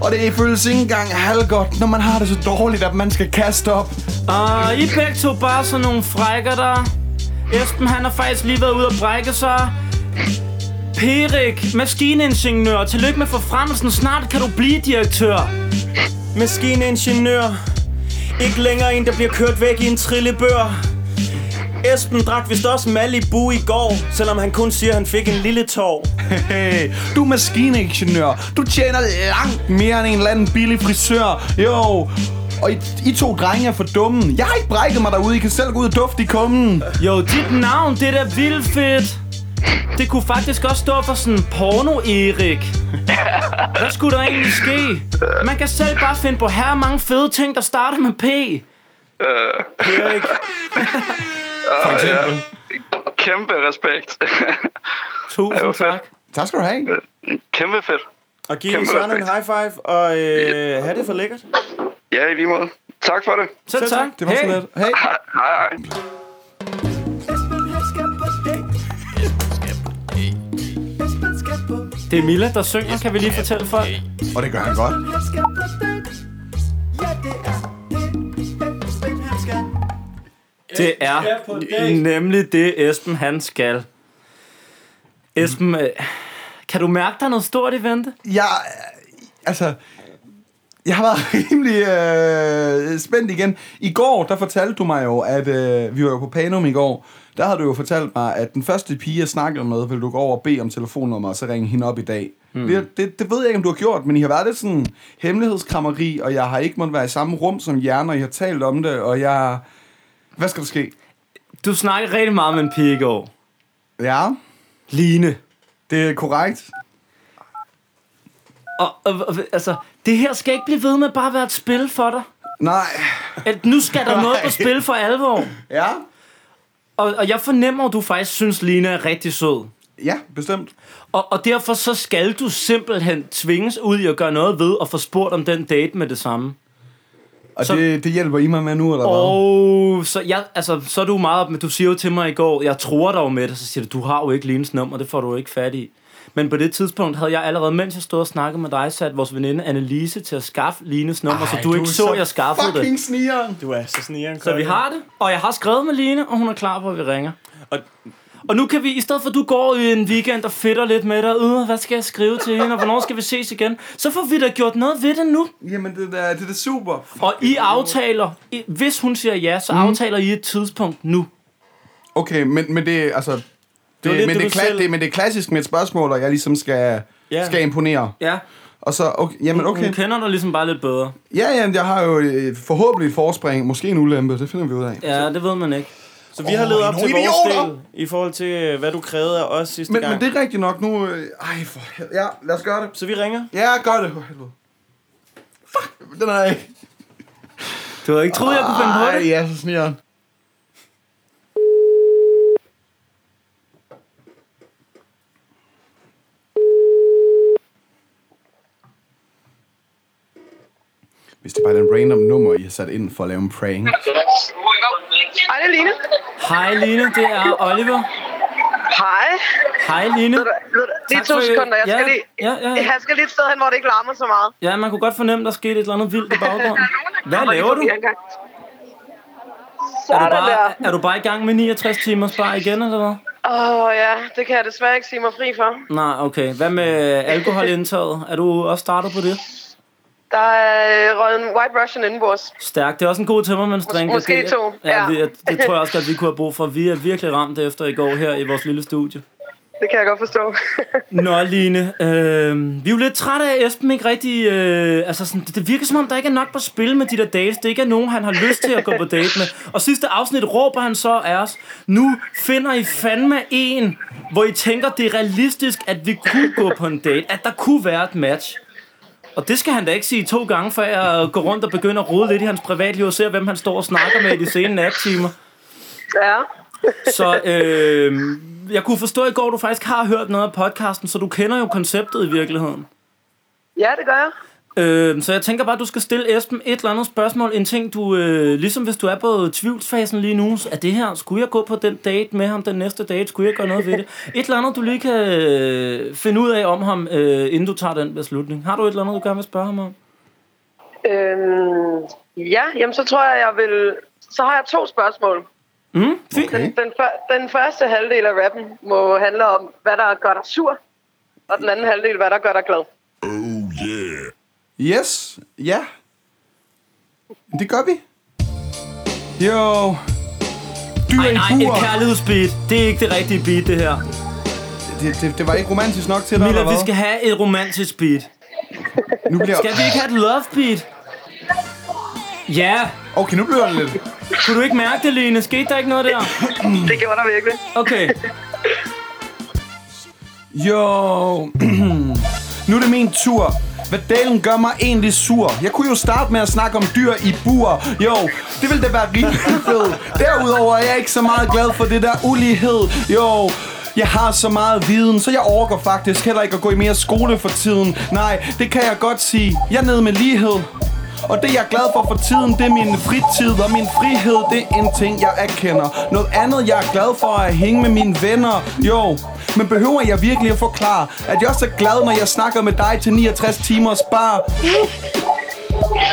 [SPEAKER 3] og det føles ikke engang halvgodt, når man har det så dårligt, at man skal kaste op.
[SPEAKER 2] Ah,
[SPEAKER 1] Og I begge to bare sådan nogle frækker der. Esben, han har faktisk lige været ude og brække sig. Perik, maskiningeniør, tillykke med forfremmelsen. Snart kan du blive direktør.
[SPEAKER 2] Maskiningeniør Ikke længere en, der bliver kørt væk i en trillebør Esben drak vist også Malibu i går Selvom han kun siger, han fik en lille tår
[SPEAKER 3] Hey, du er maskiningeniør. Du tjener langt mere end en eller anden billig frisør. Jo, og I, I to drenge er for dumme. Jeg har ikke brækket mig derude. I kan selv gå ud og dufte i kummen.
[SPEAKER 1] Jo, dit navn, det er da vildt fedt.
[SPEAKER 2] Det kunne faktisk også stå for sådan porno-Erik. Hvad skulle der egentlig ske? Man kan selv bare finde på her mange fede ting, der starter med P.
[SPEAKER 10] Øh,
[SPEAKER 1] Erik,
[SPEAKER 10] for eksempel. Kæmpe respekt.
[SPEAKER 2] Tusind tak.
[SPEAKER 3] Tak skal du have.
[SPEAKER 10] Kæmpe fedt.
[SPEAKER 1] og giv
[SPEAKER 10] Kæmpe
[SPEAKER 1] Søren en
[SPEAKER 10] respekt.
[SPEAKER 1] high five, og øh, have det for lækkert.
[SPEAKER 10] Ja, i lige måde. Tak for det.
[SPEAKER 2] Selv
[SPEAKER 1] tak.
[SPEAKER 2] tak.
[SPEAKER 3] Det var hey.
[SPEAKER 2] Hey.
[SPEAKER 3] så lidt. Hey.
[SPEAKER 10] Hej, hej.
[SPEAKER 2] Det er Milla, der synger, kan vi lige fortælle folk.
[SPEAKER 3] Og det gør han godt.
[SPEAKER 2] Det er nemlig det, Esben han skal. Esben, øh, kan du mærke, der er noget stort i vente?
[SPEAKER 3] Jeg, altså, jeg har været rimelig øh, spændt igen. I går, der fortalte du mig jo, at øh, vi var jo på Panum i går. Der havde du jo fortalt mig, at den første pige, jeg snakkede med, ville du gå over og bede om telefonnummer, og så ringe hende op i dag. Mm. Det, det, det ved jeg ikke, om du har gjort, men I har været lidt sådan hemmelighedskrammeri, og jeg har ikke måttet være i samme rum som jer, når I har talt om det, og jeg... Hvad skal der ske?
[SPEAKER 2] Du snakkede rigtig meget med en pige i går.
[SPEAKER 3] Ja,
[SPEAKER 2] Line.
[SPEAKER 3] det er korrekt.
[SPEAKER 2] Og, og, og altså, det her skal ikke blive ved med bare at være et spil for dig.
[SPEAKER 3] Nej.
[SPEAKER 2] At nu skal der noget på
[SPEAKER 3] Nej.
[SPEAKER 2] spil for alvor.
[SPEAKER 3] Ja.
[SPEAKER 2] Og, og jeg fornemmer, at du faktisk synes, Line er rigtig sød.
[SPEAKER 3] Ja, bestemt.
[SPEAKER 2] Og, og derfor så skal du simpelthen tvinges ud i at gøre noget ved og få spurgt om den date med det samme.
[SPEAKER 3] Og
[SPEAKER 2] Så-
[SPEAKER 3] så... det, det hjælper I mig med nu, eller hvad?
[SPEAKER 2] Og så, jeg, altså, så er du meget op, men du siger jo til mig i går, jeg tror dig jo med det, så siger du, du har jo ikke Lines nummer, det får du jo ikke fat i. Men på det tidspunkt havde jeg allerede, mens jeg stod og snakkede med dig, sat vores veninde Annelise til at skaffe Lines nummer, Ej, så du,
[SPEAKER 1] du
[SPEAKER 2] ikke
[SPEAKER 1] er
[SPEAKER 2] så,
[SPEAKER 1] så
[SPEAKER 2] jeg skaffede det.
[SPEAKER 3] Fucking snigeren.
[SPEAKER 1] Du er så snigeren.
[SPEAKER 2] Så vi har det, og jeg har skrevet med Line, og hun er klar på, at vi ringer. Og,
[SPEAKER 1] Og-
[SPEAKER 2] og nu kan vi, i stedet for at du går i en weekend og fedter lidt med dig, øh, hvad skal jeg skrive til hende, og hvornår skal vi ses igen, så får vi da gjort noget ved det nu.
[SPEAKER 3] Jamen, det, der, det er da super.
[SPEAKER 2] Og I aftaler, I, hvis hun siger ja, så aftaler I et tidspunkt nu.
[SPEAKER 3] Okay, men, men det er, altså... Det,
[SPEAKER 1] var
[SPEAKER 3] det
[SPEAKER 1] lidt
[SPEAKER 3] men,
[SPEAKER 1] det,
[SPEAKER 3] det,
[SPEAKER 1] du
[SPEAKER 3] kla-
[SPEAKER 1] selv-
[SPEAKER 3] det, men det er klassisk med et spørgsmål, og jeg ligesom skal,
[SPEAKER 1] Ja.
[SPEAKER 3] yeah. skal imponere.
[SPEAKER 2] Ja,
[SPEAKER 3] Og så, okay, jamen
[SPEAKER 2] okay.
[SPEAKER 3] okay.
[SPEAKER 2] hun kender dig ligesom bare lidt bedre.
[SPEAKER 3] Ja, jamen, jeg har jo øh, forhåbentlig et forspring. Måske en ulempe, det finder vi ud af.
[SPEAKER 2] Ja, det ved man ikke.
[SPEAKER 1] Så vi har levet
[SPEAKER 3] Åh,
[SPEAKER 1] op
[SPEAKER 3] nogle
[SPEAKER 1] til vores
[SPEAKER 3] idioter!
[SPEAKER 1] del, i forhold til, øh, hvad du krævede af os sidste
[SPEAKER 3] Men,
[SPEAKER 1] gang.
[SPEAKER 3] men det er rigtigt nok nu... Øh, ej, for helvede. Ja, lad os gøre det.
[SPEAKER 1] Så vi ringer.
[SPEAKER 3] Ja, gør det. For helvede. Fuck, den er ikke...
[SPEAKER 2] Du havde ikke troet, jeg kunne finde på
[SPEAKER 3] Ej,
[SPEAKER 2] det.
[SPEAKER 3] ja, så sniger han. Hvis det bare er den random nummer, I har sat ind for at lave en prank.
[SPEAKER 9] Hej, det er Line.
[SPEAKER 2] Hej Line, det er Oliver.
[SPEAKER 9] Hej.
[SPEAKER 2] Hej Line.
[SPEAKER 9] Lige
[SPEAKER 2] Tak
[SPEAKER 9] to
[SPEAKER 2] for-
[SPEAKER 9] sekunder. Jeg skal
[SPEAKER 2] ja,
[SPEAKER 9] lige...
[SPEAKER 2] Ja, ja, ja.
[SPEAKER 9] Jeg skal lige et sted hen, hvor det ikke larmer så meget.
[SPEAKER 2] ja, man kunne godt fornemme, der skete et eller andet vildt i baggrunden. Hvad laver du? Er du,
[SPEAKER 9] Sådan der.
[SPEAKER 2] bare, er du bare i gang med 69 timers bar igen, eller hvad?
[SPEAKER 9] Åh oh, ja, det kan jeg desværre ikke sige mig fri for.
[SPEAKER 2] Nej, okay. Hvad med alkoholindtaget? Er du også startet på det?
[SPEAKER 9] Der er øh, røget en White Russian indenbords.
[SPEAKER 2] Stærkt. Det er også en god tømmermandsdrink.
[SPEAKER 9] Måske
[SPEAKER 2] det,
[SPEAKER 9] to,
[SPEAKER 2] Ja,
[SPEAKER 9] ja.
[SPEAKER 2] vi, det tror jeg også, at vi kunne have brug for. Vi er virkelig ramt efter i går her i vores lille studie.
[SPEAKER 9] Det kan jeg godt forstå.
[SPEAKER 2] Nå, Line. Øh, vi er jo lidt trætte af, at Esben ikke rigtig... Øh, altså sådan, det, det virker som om, der ikke er nok på spil med de der dates. Det ikke er nogen, han har lyst til at gå på date med. Og sidste afsnit råber han så af os. Nu finder I fandme en, hvor I tænker, det er realistisk, at vi kunne gå på en date. At der kunne være et match. Og det skal han da ikke sige to gange, før jeg går rundt og begynder at rode lidt i hans privatliv og ser, hvem han står og snakker med i de sene nattimer.
[SPEAKER 9] ja.
[SPEAKER 2] Så øh, jeg kunne forstå i går, at du faktisk har hørt noget af podcasten, så du kender jo konceptet i virkeligheden.
[SPEAKER 9] ja, det gør jeg.
[SPEAKER 2] Øh, så jeg tænker bare, at du skal stille Esben et eller andet spørgsmål. En ting, du, øh, ligesom hvis du er på tvivlsfasen lige nu, så er det her, skulle jeg gå på den date med ham den næste date? Skulle jeg gøre noget ved det? Et eller andet, du lige kan øh, finde ud af om ham, øh, inden du tager den beslutning. Har du et eller andet, du gerne vil spørge ham om?
[SPEAKER 9] Øhm, ja, jamen så tror jeg, jeg vil... Så har jeg to spørgsmål.
[SPEAKER 2] Mm, fint.
[SPEAKER 9] Den, den, før, den første halvdel af rappen må handle om, hvad der gør dig sur, og den anden halvdel, hvad der gør dig glad.
[SPEAKER 3] Yes, ja. Det gør vi. Jo. Dyr
[SPEAKER 2] Ej,
[SPEAKER 3] i
[SPEAKER 2] nej, et
[SPEAKER 3] bur.
[SPEAKER 2] kærlighedsbeat. Det er ikke det rigtige beat, det her.
[SPEAKER 3] Det, det, det, var ikke romantisk nok til dig, eller
[SPEAKER 2] Miller, vi
[SPEAKER 3] hvad?
[SPEAKER 2] skal have et romantisk beat.
[SPEAKER 3] Nu bliver...
[SPEAKER 2] Skal vi ikke have et love beat? Ja,
[SPEAKER 3] Okay, nu bliver det lidt...
[SPEAKER 2] kunne du ikke mærke det, Line? Skete der ikke noget der?
[SPEAKER 9] Det gjorde der virkelig.
[SPEAKER 2] Okay.
[SPEAKER 3] Jo. nu er det min tur. Hvad dalen gør mig egentlig sur? Jeg kunne jo starte med at snakke om dyr i bur. Jo, det ville da være rigtig fedt. Derudover er jeg ikke så meget glad for det der ulighed. Jo, jeg har så meget viden, så jeg overgår faktisk heller ikke at gå i mere skole for tiden. Nej, det kan jeg godt sige. Jeg er nede med lighed. Og det jeg er glad for for tiden, det er min fritid Og min frihed, det er en ting jeg erkender Noget andet jeg er glad for er at hænge med mine venner Jo, men behøver jeg virkelig at forklare At jeg også er glad, når jeg snakker med dig til 69 timers bar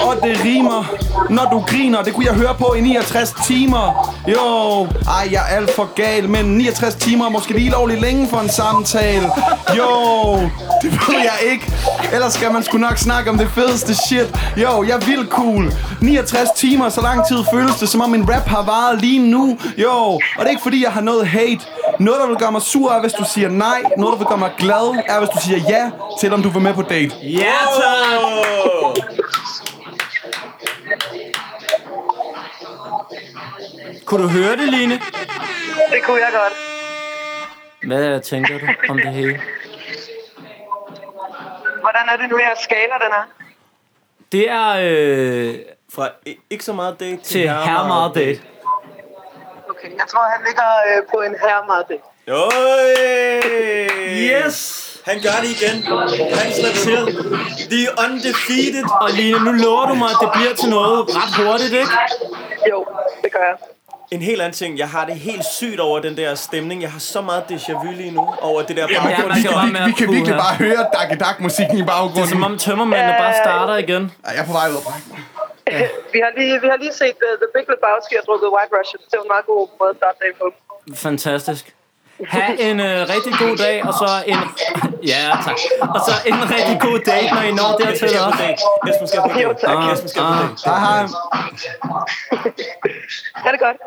[SPEAKER 3] og det rimer, når du griner. Det kunne jeg høre på i 69 timer. Jo, ej, jeg er alt for gal, men 69 timer er måske lige lovligt længe for en samtale. Jo, det ved jeg ikke. Ellers skal man sgu nok snakke om det fedeste shit. Jo, jeg er vildt cool. 69 timer, så lang tid føles det, som om min rap har varet lige nu. Jo, og det er ikke fordi, jeg har noget hate. Noget, der vil gøre mig sur, er, hvis du siger nej. Noget, der vil gøre mig glad, er, hvis du siger ja, selvom du vil med på date.
[SPEAKER 2] Ja, tak!
[SPEAKER 1] Kunne du høre det, Line?
[SPEAKER 8] Det kunne jeg godt.
[SPEAKER 1] Hvad tænker du om det hele?
[SPEAKER 8] Hvordan er det nu, jeg skaler den her?
[SPEAKER 1] Det er øh,
[SPEAKER 2] Fra i- ikke så meget date til,
[SPEAKER 1] til her meget date.
[SPEAKER 8] Okay, jeg tror, han ligger øh, på en herrematte.
[SPEAKER 2] Øj! Han gør det igen. Han slår til. The undefeated.
[SPEAKER 1] Og Line, nu lover du mig, at det bliver til noget ret hurtigt, ikke?
[SPEAKER 8] Jo, det gør jeg.
[SPEAKER 2] En helt anden ting. Jeg har det helt sygt over den der stemning. Jeg har så meget déjà vu lige nu over det der
[SPEAKER 3] Jamen,
[SPEAKER 2] bare.
[SPEAKER 1] Ja,
[SPEAKER 3] ja,
[SPEAKER 1] man
[SPEAKER 3] vi,
[SPEAKER 1] skal
[SPEAKER 3] kan,
[SPEAKER 1] bare
[SPEAKER 3] vi,
[SPEAKER 1] med
[SPEAKER 3] vi
[SPEAKER 1] at
[SPEAKER 3] kan
[SPEAKER 1] kunne
[SPEAKER 3] virkelig
[SPEAKER 1] have-
[SPEAKER 3] bare høre dak-dak-musikken i baggrunden.
[SPEAKER 1] Som om tømmermanden bare starter igen.
[SPEAKER 3] Ej, jeg er på vej ud af brækken.
[SPEAKER 8] Vi har lige, vi har lige set uh, The Big Lebowski og drukket White Russian. Det var en meget god måde at starte dagen på.
[SPEAKER 1] Fantastisk. Ha' en øh, rigtig god dag, og så en... Ja, tak. Og så en rigtig god date, når I når dertil.
[SPEAKER 2] Esben skal på
[SPEAKER 1] hva'?
[SPEAKER 2] date. Esben skal på
[SPEAKER 8] Jo,
[SPEAKER 2] date.
[SPEAKER 8] tak.
[SPEAKER 2] Ah, Esben skal på
[SPEAKER 1] Ah,
[SPEAKER 2] date.
[SPEAKER 3] Hej, hej.
[SPEAKER 8] Ha' det godt.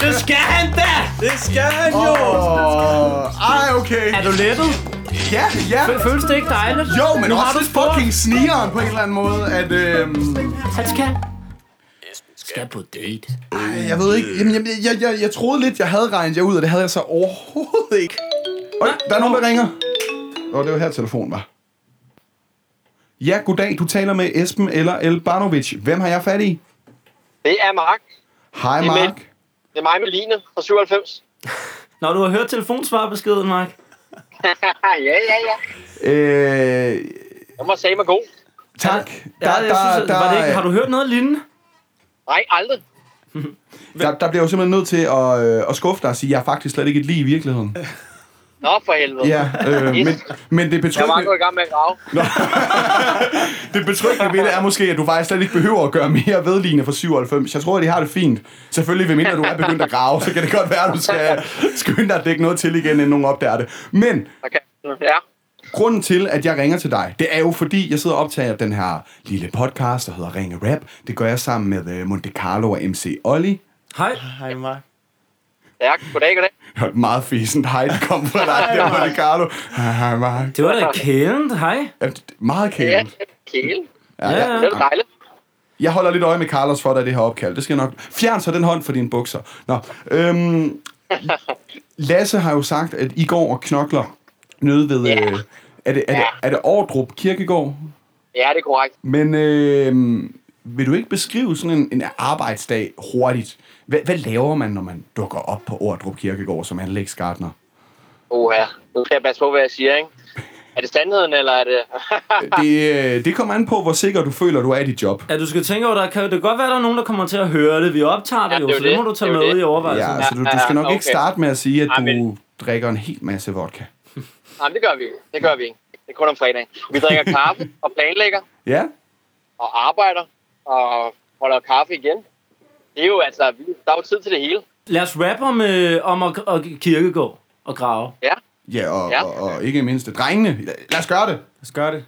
[SPEAKER 1] Det skal han da!
[SPEAKER 2] Det skal han jo!
[SPEAKER 3] Åh, ej, okay.
[SPEAKER 1] Er du lettet?
[SPEAKER 3] Ja, ja.
[SPEAKER 1] Føles det ikke dejligt?
[SPEAKER 3] Jo, men
[SPEAKER 1] nu
[SPEAKER 3] også
[SPEAKER 1] har du
[SPEAKER 3] lidt
[SPEAKER 1] spurgt.
[SPEAKER 3] fucking snigeren på en eller anden måde, at... Øhm,
[SPEAKER 1] Han skal. Skal på date.
[SPEAKER 3] ej, jeg ved ikke, jamen, jeg, jeg, jeg, jeg troede lidt, jeg havde regnet jer ud, og det havde jeg så overhovedet ikke. Øj, der er nogen, der ringer. Åh, det var her telefonen var. Ja, goddag, du taler med Esben eller El Barnovic. Hvem har jeg fat i?
[SPEAKER 6] Det er Mark.
[SPEAKER 3] Hej,
[SPEAKER 6] Det er
[SPEAKER 3] Mark.
[SPEAKER 6] Det er mig med Line fra 97.
[SPEAKER 1] Når du har hørt telefonsvarbeskeden, Mark.
[SPEAKER 6] ja, ja, ja.
[SPEAKER 3] Øh,
[SPEAKER 6] Den var samme god.
[SPEAKER 3] tak.
[SPEAKER 1] Ja, jeg synes, at- var det ikke, har du hørt noget lignende?
[SPEAKER 6] Nej, aldrig.
[SPEAKER 3] Der, der bliver jeg jo simpelthen nødt til at, øh, at skuffe dig og sige, at jeg er faktisk slet ikke et lige i virkeligheden.
[SPEAKER 6] Nå, for helvede.
[SPEAKER 3] Ja, øh, men, men det
[SPEAKER 6] Jeg var
[SPEAKER 3] betryggende,
[SPEAKER 6] gået i gang med at grave.
[SPEAKER 3] det betryggende ved det er måske, at du faktisk slet ikke behøver at gøre mere vedligende for 97. Jeg tror, at de har det fint. Selvfølgelig, ved mindre du er begyndt at grave, så kan det godt være, at du skal skynde dig at dække noget til igen, inden nogen opdager det. Men
[SPEAKER 6] Okay. Ja.
[SPEAKER 3] grunden til, at jeg ringer til dig, det er jo fordi, jeg sidder og optager den her lille podcast, der hedder Ringe Rap. Det gør jeg sammen med øh, Monte Carlo og MC Olli.
[SPEAKER 1] Hej.
[SPEAKER 2] Hej, Mark.
[SPEAKER 6] Ja, goddag, goddag.
[SPEAKER 3] Det var et meget fæsent hej, der kom fra dig, der Monte Carlo. Hej, hej, Mark.
[SPEAKER 1] Det var da kædent. Hej.
[SPEAKER 3] Ja, det- det er meget
[SPEAKER 6] Ja,
[SPEAKER 3] kælen.
[SPEAKER 6] kæle.
[SPEAKER 1] Ja,
[SPEAKER 3] Ja,
[SPEAKER 6] Det er da dejligt.
[SPEAKER 3] Jeg holder lidt øje med Carlos for dig, i det her opkald. Det skal jeg nok... Fjern så den hånd fra dine bukser. Nå, øhm, Lasse har jo sagt, at I går og knokler nede ved...
[SPEAKER 6] Ja.
[SPEAKER 3] Øh, er, det, er, det, er det Ordrup Kirkegård?
[SPEAKER 6] Ja, det er korrekt.
[SPEAKER 3] Men øh, vil du ikke beskrive sådan en, en arbejdsdag hurtigt? Hvad, hvad laver man, når man dukker op på Ordrup Kirkegård som anlægsgartner?
[SPEAKER 6] Åh ja, nu skal jeg passe på, hvad jeg siger, ikke? Er det sandheden, eller er det...
[SPEAKER 3] Det, øh, det kommer an på, hvor sikker du føler, du er i dit job.
[SPEAKER 1] Ja, du skal tænke over, der kan, det kan godt være, der er nogen, der kommer til at høre det. Vi optager det
[SPEAKER 6] Ja,
[SPEAKER 1] jo,
[SPEAKER 6] det er
[SPEAKER 1] så
[SPEAKER 6] jo
[SPEAKER 1] det må
[SPEAKER 6] det.
[SPEAKER 1] du tage
[SPEAKER 6] Det er jo
[SPEAKER 1] med
[SPEAKER 6] det.
[SPEAKER 1] i overvejelsen.
[SPEAKER 3] Ja, så du, du skal nok
[SPEAKER 6] ja,
[SPEAKER 3] ikke
[SPEAKER 6] okay.
[SPEAKER 3] starte med at sige, at
[SPEAKER 6] Ej,
[SPEAKER 3] du
[SPEAKER 6] men-
[SPEAKER 3] drikker en hel masse vodka.
[SPEAKER 6] Nej, det gør vi ikke. Det gør vi ikke. Det er kun om fredagen. Vi drikker kaffe og planlægger
[SPEAKER 3] Ja?
[SPEAKER 6] og arbejder og holder kaffe igen. Det er jo altså... vi- Der er jo tid til det hele.
[SPEAKER 1] Lad os rappe om, øh, om at, at kirkegå og grave.
[SPEAKER 3] Ja, og, ja.
[SPEAKER 6] Ja.
[SPEAKER 3] Og, og ikke mindst drengene. Lad os gøre det.
[SPEAKER 2] Lad os gøre det.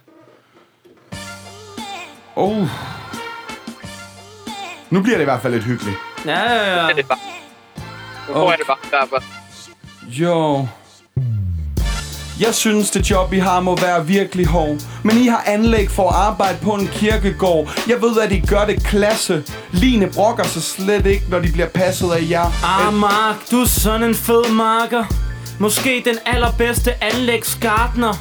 [SPEAKER 3] Oh. Nu bliver det i hvert fald lidt hyggeligt.
[SPEAKER 1] Ja, ja, ja.
[SPEAKER 6] Det er bare... Nu får jeg det bare i hvert fald.
[SPEAKER 3] Jo. Jeg synes, det job, I har, må være virkelig hård. Men I har anlæg for at arbejde på en kirkegård. Jeg ved, at I gør det klasse. Line brokker sig slet ikke, når de bliver passet af jer.
[SPEAKER 1] Ah, Mark, du er sådan en fed marker. Måske den allerbedste anlægsgartner.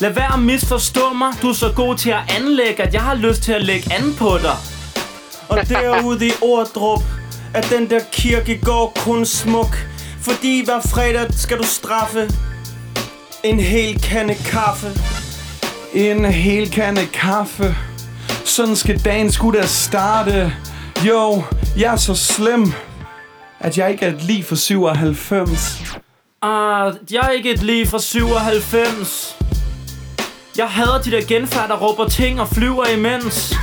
[SPEAKER 1] Lad være at misforstå mig. Du er så god til at anlægge, at jeg har lyst til at lægge an på dig.
[SPEAKER 2] Og derude i Ordrup er den der kirkegård kun smuk. Fordi hver fredag skal du straffe en hel kande kaffe.
[SPEAKER 3] En hel kande kaffe Sådan skal dagen skulle da starte Jo, jeg er så slem At jeg ikke er et lige for 97
[SPEAKER 1] Ah, jeg er ikke et lige fra 97. Jeg hader de der genfærd, der råber ting og flyver imens.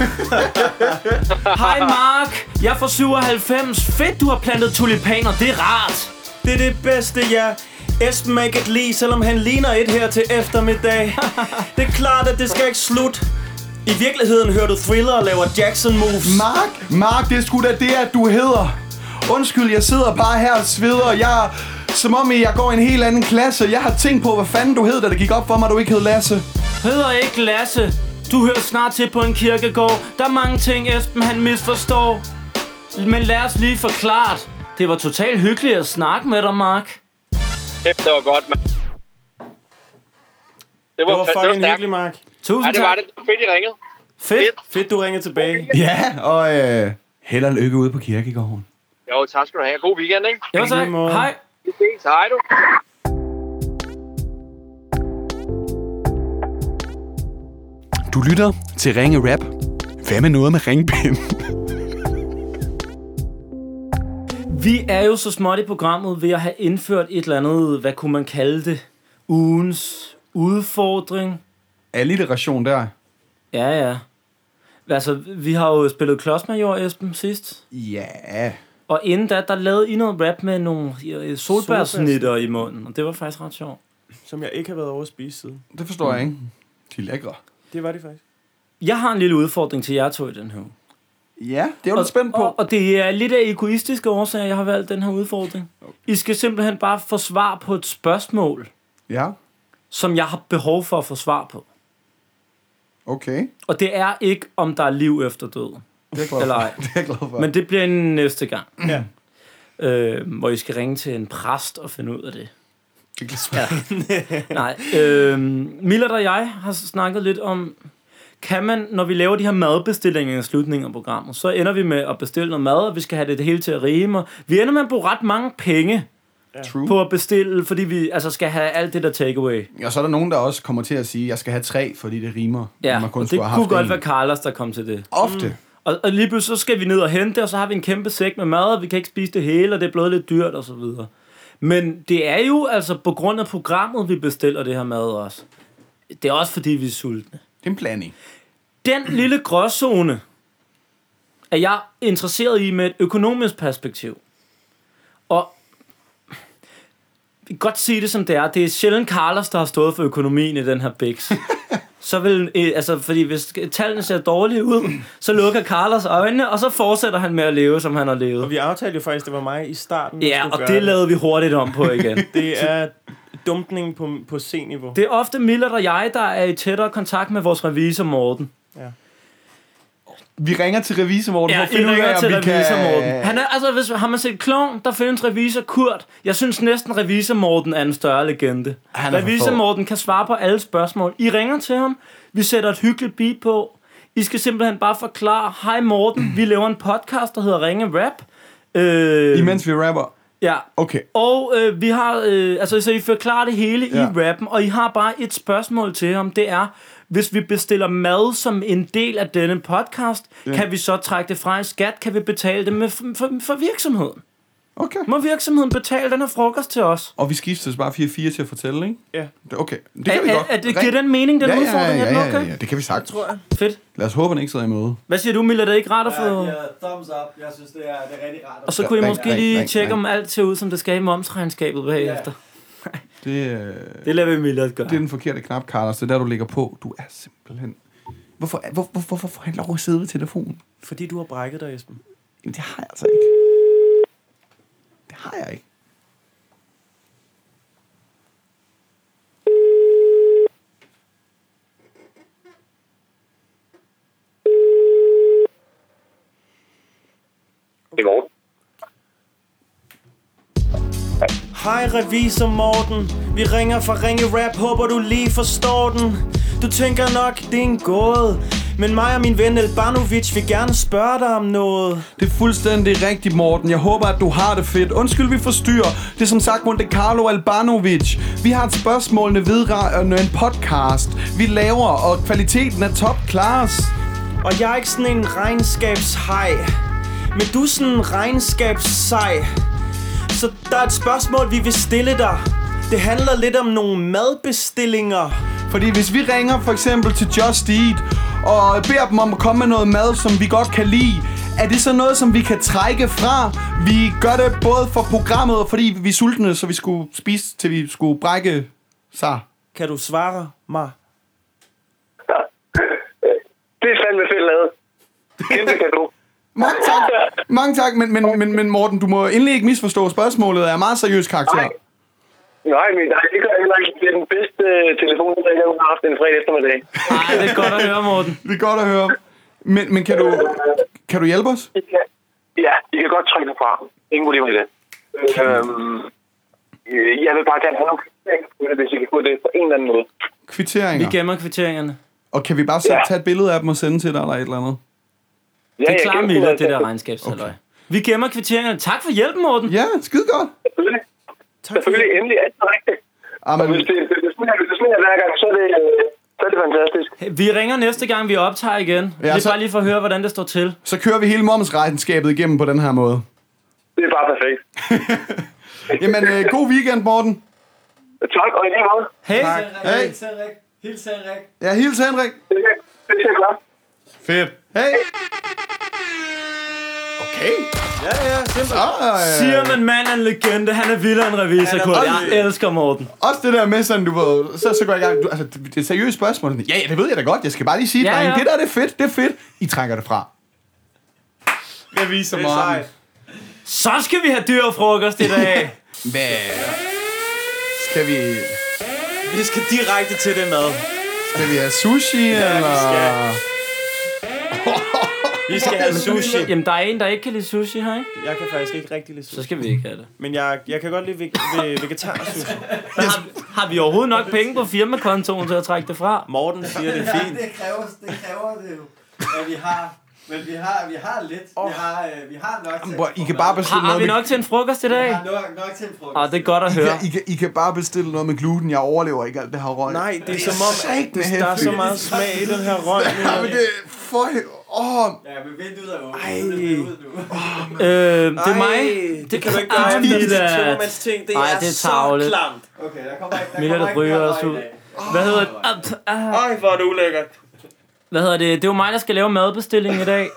[SPEAKER 1] Hej Mark, jeg er fra 97. Fedt, du har plantet tulipaner, det er rart.
[SPEAKER 2] Det er det bedste, ja. Esben er ikke et lige, selvom han ligner et her til eftermiddag. det er klart, at det skal ikke slutte. I virkeligheden hører du Thriller og laver Jackson moves.
[SPEAKER 3] Mark, Mark, det er sgu da det, at du hedder Undskyld, jeg sidder bare her og sveder Jeg er- som om jeg går i en helt anden klasse Jeg har tænkt på, hvad fanden du hed, da det gik op for mig, at du ikke hed Lasse
[SPEAKER 1] Hedder ikke Lasse. Du hører snart til på en kirkegård. Der er mange ting, Esben han misforstår. Men lad os lige forklare. Det var totalt hyggeligt at snakke med dig, Mark.
[SPEAKER 6] Kæft, det var godt, mand. Det var,
[SPEAKER 2] Det var
[SPEAKER 6] det var
[SPEAKER 2] fucking
[SPEAKER 6] stærkt.
[SPEAKER 2] hyggeligt, Mark.
[SPEAKER 1] Tusind
[SPEAKER 6] Ja, det
[SPEAKER 1] tak.
[SPEAKER 6] var det. Det var Fedt, I ringede.
[SPEAKER 1] Fedt.
[SPEAKER 2] Fedt, du ringede tilbage.
[SPEAKER 3] Ja, og øh, held og lykke ude på kirkegården
[SPEAKER 6] Jo, tak skal du have. God weekend, ikke?
[SPEAKER 1] Jo, tak.
[SPEAKER 2] lige måde.
[SPEAKER 1] Hej.
[SPEAKER 6] Vi ses. Hej du.
[SPEAKER 7] Du lytter til Ringe Rap. Hvad med noget med ringbind?
[SPEAKER 1] Vi er jo så småt i programmet ved at have indført et eller andet, hvad kunne man kalde det, ugens udfordring.
[SPEAKER 3] Alliteration der
[SPEAKER 1] Ja, ja. Altså, vi har jo spillet Klodsmajor, Esben, sidst.
[SPEAKER 3] Ja
[SPEAKER 1] Og inden da, der lavede I noget rap med nogle øh, solbærsnitter i munden, og det var faktisk ret sjovt.
[SPEAKER 2] Som jeg ikke har været over at spise siden.
[SPEAKER 3] Det forstår jeg ikke De er lækre
[SPEAKER 2] Det var det faktisk.
[SPEAKER 1] Jeg har en lille udfordring til jer to i den her uge.
[SPEAKER 3] Ja, det er du spændt på
[SPEAKER 1] Og, og det er lidt af egoistiske årsager, jeg har valgt den her udfordring. I skal simpelthen bare få svar på et spørgsmål,
[SPEAKER 3] Ja,
[SPEAKER 1] som jeg har behov for at få svar på.
[SPEAKER 3] okay
[SPEAKER 1] Og det er ikke, om der er liv efter døden.
[SPEAKER 3] Det er jeg glad for.
[SPEAKER 1] Eller ej.
[SPEAKER 3] Det er jeg glad for.
[SPEAKER 1] Men det bliver en næste gang.
[SPEAKER 2] Ja.
[SPEAKER 1] Øh, hvor I skal ringe til en præst og finde ud af det.
[SPEAKER 3] det er svært.
[SPEAKER 1] Nej. Øh, Millard og jeg har snakket lidt om, kan man, når vi laver de her madbestillinger i slutningen af programmet, så ender vi med at bestille noget mad, og vi skal have det, det hele til at rime. og Vi ender med at bruge ret mange penge
[SPEAKER 3] True.
[SPEAKER 1] på at bestille, fordi vi altså, skal have alt det der takeaway.
[SPEAKER 3] Og så er der nogen, der også kommer til at sige, at jeg skal have tre, fordi det rimer. når
[SPEAKER 1] Ja,
[SPEAKER 3] man kun
[SPEAKER 1] og det
[SPEAKER 3] skulle have
[SPEAKER 1] kunne
[SPEAKER 3] haft
[SPEAKER 1] godt
[SPEAKER 3] en.
[SPEAKER 1] være Mm. Carlos, der kom til det.
[SPEAKER 3] Ofte.
[SPEAKER 1] Og, og lige pludselig så skal vi ned og hente, og så har vi en kæmpe sæk med mad, og vi kan ikke spise det hele, og det er blevet lidt dyrt og så videre. Men det er jo altså på grund af programmet, vi bestiller det her mad også. Det er også fordi, vi er sultne.
[SPEAKER 3] Det er en blanding.
[SPEAKER 1] Den lille gråzone er jeg interesseret i med et økonomisk perspektiv. Og vi kan godt sige det som det er. Det er sjældent Carlos, der har stået for økonomien i den her biks. Så vil, øh, altså, fordi hvis tallene ser dårlige ud, så lukker Carlos øjnene, og så fortsætter han med at leve, som han har
[SPEAKER 2] Og
[SPEAKER 1] levet.
[SPEAKER 2] vi aftalte jo faktisk, at det var mig i starten, der
[SPEAKER 1] Ja,
[SPEAKER 2] skulle
[SPEAKER 1] og
[SPEAKER 2] gøre
[SPEAKER 1] det lavede vi hurtigt om på igen.
[SPEAKER 2] Det er dumpning på, på C-niveau.
[SPEAKER 1] Det er ofte Millard og jeg, der er i tættere kontakt med vores revisor Morten.
[SPEAKER 3] Vi ringer til revisor Morten
[SPEAKER 1] Ja,
[SPEAKER 3] for
[SPEAKER 1] jeg
[SPEAKER 3] at finde ud af,
[SPEAKER 1] ringer
[SPEAKER 3] om
[SPEAKER 1] til
[SPEAKER 3] vi
[SPEAKER 1] revisor
[SPEAKER 3] kan...
[SPEAKER 1] Morten. Han er, altså, hvis, har man set Klovn, der findes revisor Kurt. Jeg synes næsten, revisor Morten er en større legende.
[SPEAKER 3] Han er for
[SPEAKER 1] Revisor
[SPEAKER 3] fed.
[SPEAKER 1] Morten kan svare på alle spørgsmål. I ringer til ham, vi sætter et hyggeligt beat på. I skal simpelthen bare forklare, hej Morten, vi laver en podcast, der hedder Ringe Rap. Øh,
[SPEAKER 3] Imens vi rapper.
[SPEAKER 1] Ja.
[SPEAKER 3] Okay.
[SPEAKER 1] Og øh, vi har, øh, altså så I forklarer det hele ja.
[SPEAKER 3] Ja.
[SPEAKER 1] i rappen, og I har bare et spørgsmål til ham, det er, hvis vi bestiller mad som en del af denne podcast, ja. kan vi så trække det fra i skat, kan vi betale det med, for, for, for virksomheden?
[SPEAKER 3] Okay.
[SPEAKER 1] Må virksomheden betale den her frokost til os?
[SPEAKER 3] Og vi skiftes bare 4-4 til at fortælle, ikke?
[SPEAKER 2] Ja.
[SPEAKER 3] Det- Okay. Det kan vi
[SPEAKER 1] er,
[SPEAKER 3] godt.
[SPEAKER 1] er, er det,
[SPEAKER 3] Ring.
[SPEAKER 1] giver den mening, den
[SPEAKER 3] ja, ja,
[SPEAKER 1] udfordring?
[SPEAKER 3] ja,
[SPEAKER 1] Er den
[SPEAKER 3] ja,
[SPEAKER 1] okay?
[SPEAKER 3] ja, ja, det kan vi sagt. Tror jeg.
[SPEAKER 1] Fedt.
[SPEAKER 3] Lad os håbe, han ikke sidder i møde.
[SPEAKER 1] Hvad siger du, Mille? Er det ikke rart at få...
[SPEAKER 9] Ja, thumbs up. Jeg synes, det er, det er rigtig rart.
[SPEAKER 1] Og så kunne I
[SPEAKER 3] Ring,
[SPEAKER 1] måske
[SPEAKER 3] ring,
[SPEAKER 1] lige
[SPEAKER 3] ring,
[SPEAKER 1] tjekke,
[SPEAKER 3] ring.
[SPEAKER 1] om alt ser ud, som det skal i momsregnskabet bagefter.
[SPEAKER 3] Det, øh,
[SPEAKER 1] Det lader vi Mille at gøre.
[SPEAKER 3] det er den forkerte knap, Carlos. Det er der, du ligger på. Du er simpelthen... Hvorfor, er- hvor, hvor, hvorfor får han lov at sidde ved telefonen?
[SPEAKER 2] Fordi du har brækket dig, Esben.
[SPEAKER 3] Jamen, det har jeg altså ikke. Det har jeg ikke.
[SPEAKER 2] Hej revisor Morten Vi ringer fra Ringe Rap, håber du lige forstår den Du tænker nok, det er en gåde Men mig og min ven Elbanovic vil gerne spørge dig om noget
[SPEAKER 3] Det er fuldstændig rigtigt, Morten. Jeg håber, at du har det fedt. Undskyld, vi forstyrrer. Det er som sagt Monte Carlo Albanovic. Vi har et spørgsmålene vedrørende en podcast, vi laver, og kvaliteten er top class.
[SPEAKER 2] Og jeg er ikke sådan en regnskabshej Men du er sådan en regnskabssej Så der er et spørgsmål, vi vil stille dig Det handler lidt om nogle madbestillinger
[SPEAKER 3] Fordi hvis vi ringer for eksempel til Just Eat, og beder dem om at komme med noget mad, som vi godt kan lide, er det så noget, som vi kan trække fra? Vi gør det både for programmet, og fordi vi er sultne, så vi skulle spise, til vi skulle brække sig.
[SPEAKER 2] Kan du svare mig?
[SPEAKER 6] Det er fandme fedt lavet. Kæmpe kado.
[SPEAKER 3] Mange tak. Mange tak, men, men, men, men Morten, du må endelig ikke misforstå spørgsmålet. af meget seriøs karakter.
[SPEAKER 6] Nej. Nej, men nej, det gør jeg heller ikke. Det er den bedste øh, telefon, jeg har haft en fredag eftermiddag.
[SPEAKER 1] Nej, det er godt at høre, Morten.
[SPEAKER 3] Det er godt at høre. Men, men kan, du, kan du hjælpe os?
[SPEAKER 6] Ja, I kan godt trykke fra. Ingen problemer i det. Øhm, øh, jeg vil bare gerne have nogle kriterier på det, hvis I kan få det på en eller anden måde.
[SPEAKER 1] Vi
[SPEAKER 3] Kvitteringer.
[SPEAKER 1] gemmer kvitteringerne.
[SPEAKER 3] Og kan vi bare sætte,
[SPEAKER 6] Ja.
[SPEAKER 3] tage et billede af dem og sende til dig eller et eller andet?
[SPEAKER 6] Ja,
[SPEAKER 1] Det er
[SPEAKER 6] jeg
[SPEAKER 1] klart
[SPEAKER 6] kan-
[SPEAKER 1] midler, det der regnskabshalløj. Vi gemmer kvitteringerne. Tak for hjælpen, Morten.
[SPEAKER 3] Ja, skide godt.
[SPEAKER 6] Selvfølgelig.
[SPEAKER 2] Tak for
[SPEAKER 6] Selvfølgelig endelig alt er rigtigt. Og hvis
[SPEAKER 3] Amen.
[SPEAKER 6] det, hvis det, smiler, hvis det smiler hver gang, så er det, øh, så er det fantastisk.
[SPEAKER 1] Vi ringer næste gang, vi optager igen. Ja, det er
[SPEAKER 3] så-
[SPEAKER 1] bare lige for at høre, hvordan det står til.
[SPEAKER 3] Så kører vi hele momsregnskabet igennem på den her måde.
[SPEAKER 6] Det er bare perfekt.
[SPEAKER 3] Jamen, øh, god weekend, Morten.
[SPEAKER 6] Tak, og i lige måde.
[SPEAKER 1] Hej.
[SPEAKER 3] Hey.
[SPEAKER 9] Hils Henrik. Hils Henrik.
[SPEAKER 3] Ja, hils Henrik.
[SPEAKER 6] Det er det, er klart.
[SPEAKER 3] Fedt. Hey. Okay.
[SPEAKER 2] Ja, ja, simpelthen
[SPEAKER 3] Ej.
[SPEAKER 1] Siger man mand er en legende, han er vildere end revisor, Kurt. Jeg elsker Morten.
[SPEAKER 3] Også det der med sådan, du ved, så, så går jeg i gang. Du, altså, det det er et seriøst spørgsmål. Sådan, Ja, det ved jeg da godt. Jeg skal bare lige sige,
[SPEAKER 1] Ja,
[SPEAKER 3] ja, drenge,
[SPEAKER 1] ja.
[SPEAKER 3] det der det er fedt, det er fedt. I trækker det fra. Jeg viser
[SPEAKER 2] Det er sejt.
[SPEAKER 1] Så skal vi have dyrefrokost i dag.
[SPEAKER 3] Hvad? Skal vi,
[SPEAKER 2] Vi skal direkte til det mad
[SPEAKER 3] skal vi have sushi, ja, eller?
[SPEAKER 2] skal. Vi skal have sushi
[SPEAKER 1] Jamen, der er en, der ikke kan lide sushi her, ikke?
[SPEAKER 2] Jeg kan faktisk ikke rigtig lide
[SPEAKER 1] Så
[SPEAKER 2] sushi
[SPEAKER 1] skal vi ikke have det.
[SPEAKER 2] Men jeg, jeg kan godt lide ve- ve- vegetar sushi
[SPEAKER 1] Men har, har vi overhovedet nok penge på firmakontoen til at trække det fra?
[SPEAKER 2] Morten siger, det er
[SPEAKER 9] Ja,
[SPEAKER 2] fint
[SPEAKER 9] det kræver det, kræver det jo, at vi har... Men vi har, vi har lidt. Vi har, øh, vi har nok til...
[SPEAKER 3] Bro, I kan bare
[SPEAKER 1] Har,
[SPEAKER 3] bestille
[SPEAKER 1] har
[SPEAKER 3] noget
[SPEAKER 1] vi
[SPEAKER 3] med,
[SPEAKER 1] nok til en frokost i dag?
[SPEAKER 9] Vi har nok, nok til en frokost.
[SPEAKER 1] Ah, det er godt at høre.
[SPEAKER 3] I, kan, I kan bare bestille noget med gluten. Jeg overlever ikke alt det her røg.
[SPEAKER 2] Nej, det er som om, at
[SPEAKER 3] satme
[SPEAKER 2] der er så
[SPEAKER 3] heftigt.
[SPEAKER 2] meget smag i den her røg nu.
[SPEAKER 3] Ja, men det er for... Åh,
[SPEAKER 9] Ja, men vinduet er åbent.
[SPEAKER 2] Ej.
[SPEAKER 9] Ej. Ud nu.
[SPEAKER 1] Øh, det er
[SPEAKER 2] Ej,
[SPEAKER 1] mig.
[SPEAKER 2] Det kan du ikke
[SPEAKER 1] Ej,
[SPEAKER 2] gøre. Det
[SPEAKER 1] det er-
[SPEAKER 2] er to ting. Det
[SPEAKER 1] Ej,
[SPEAKER 2] er
[SPEAKER 1] det er
[SPEAKER 2] så
[SPEAKER 1] tarveligt.
[SPEAKER 2] klamt.
[SPEAKER 9] Okay, der kommer ikke, der
[SPEAKER 1] Mille,
[SPEAKER 9] kommer
[SPEAKER 1] der
[SPEAKER 9] ikke
[SPEAKER 1] ryger
[SPEAKER 9] noget
[SPEAKER 1] os
[SPEAKER 9] røg i
[SPEAKER 1] ud.
[SPEAKER 9] dag.
[SPEAKER 1] Hvad hedder det? Ah, pff, ah.
[SPEAKER 2] Ej, hvor er det ulækkert.
[SPEAKER 1] Hvad hedder det? Det er jo mig, der skal lave madbestilling i dag.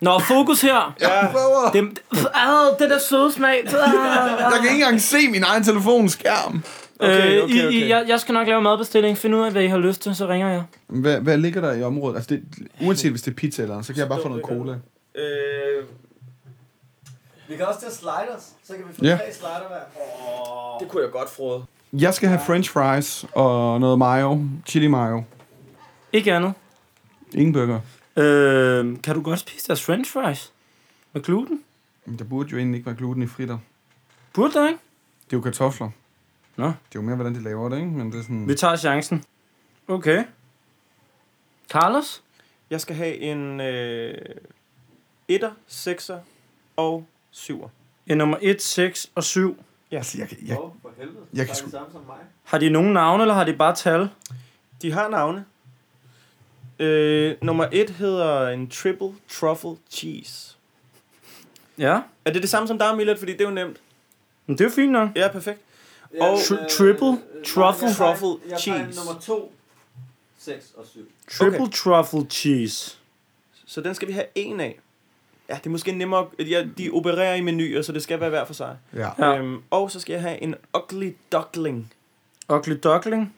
[SPEAKER 1] Nå, fokus her.
[SPEAKER 3] jeg prøver.
[SPEAKER 1] Det, pff, ah, det der søde smag. Ah.
[SPEAKER 3] Jeg kan ikke engang se min egen telefonskærm.
[SPEAKER 1] Okay,
[SPEAKER 2] okay,
[SPEAKER 1] okay, okay. Øh, I, I, jeg, jeg skal nok lave madbestilling. Find ud af, hvad I har lyst til, så ringer jeg.
[SPEAKER 3] Hvad, hvad ligger der i området? Altså, det, uanset hvis det er pizza eller andet, så kan jeg bare få noget cola.
[SPEAKER 2] Øh,
[SPEAKER 9] Vi kan også tage sliders, så kan vi få
[SPEAKER 3] Ja.
[SPEAKER 9] tre slider hver.
[SPEAKER 2] det kunne jeg godt frode.
[SPEAKER 3] Jeg skal have french fries og noget mayo. Chili mayo.
[SPEAKER 1] Ikke andet.
[SPEAKER 3] Ingen burger.
[SPEAKER 1] Øh, kan du godt spise deres french fries? Med gluten?
[SPEAKER 3] Men Der burde jo egentlig ikke være gluten i fritter.
[SPEAKER 1] Burde der, ikke?
[SPEAKER 3] Det er jo kartofler.
[SPEAKER 1] Nå.
[SPEAKER 3] Det er jo mere, hvordan de laver det, ikke? Men det er sådan...
[SPEAKER 1] Vi tager chancen. Okay. Carlos?
[SPEAKER 2] Jeg skal have en øh, etter, sekser og syver.
[SPEAKER 1] En nummer 1, 6 og 7.
[SPEAKER 3] Altså, jeg, kan- jeg,
[SPEAKER 9] Åh, for helvede.
[SPEAKER 3] jeg
[SPEAKER 9] Der
[SPEAKER 3] kan
[SPEAKER 9] er
[SPEAKER 3] sgu...
[SPEAKER 9] det samme som mig.
[SPEAKER 1] Har de nogen navne, eller har de bare tal?
[SPEAKER 2] De har navne. Øh, nummer et hedder en triple truffle cheese.
[SPEAKER 1] Ja.
[SPEAKER 2] Er det det samme som dig, Millet? Fordi det er jo nemt.
[SPEAKER 1] Men det er jo fint nok.
[SPEAKER 2] Ja, perfekt.
[SPEAKER 9] Ja,
[SPEAKER 2] Og
[SPEAKER 9] men, øh,
[SPEAKER 1] triple
[SPEAKER 9] øh,
[SPEAKER 1] truffle
[SPEAKER 9] jeg tager-
[SPEAKER 2] truffle
[SPEAKER 9] Jeg tager
[SPEAKER 2] cheese.
[SPEAKER 9] nummer to, seks og syv.
[SPEAKER 1] Triple
[SPEAKER 2] Okay.
[SPEAKER 1] okay. truffle cheese.
[SPEAKER 2] Så den skal vi have en af. Ja, det er måske nemmere. Ja, de opererer i menuer, så det skal være hver for sig.
[SPEAKER 3] Ja.
[SPEAKER 1] Ja.
[SPEAKER 2] Ja. Øhm, og så skal jeg have en ugly duckling.
[SPEAKER 1] Ugly duckling.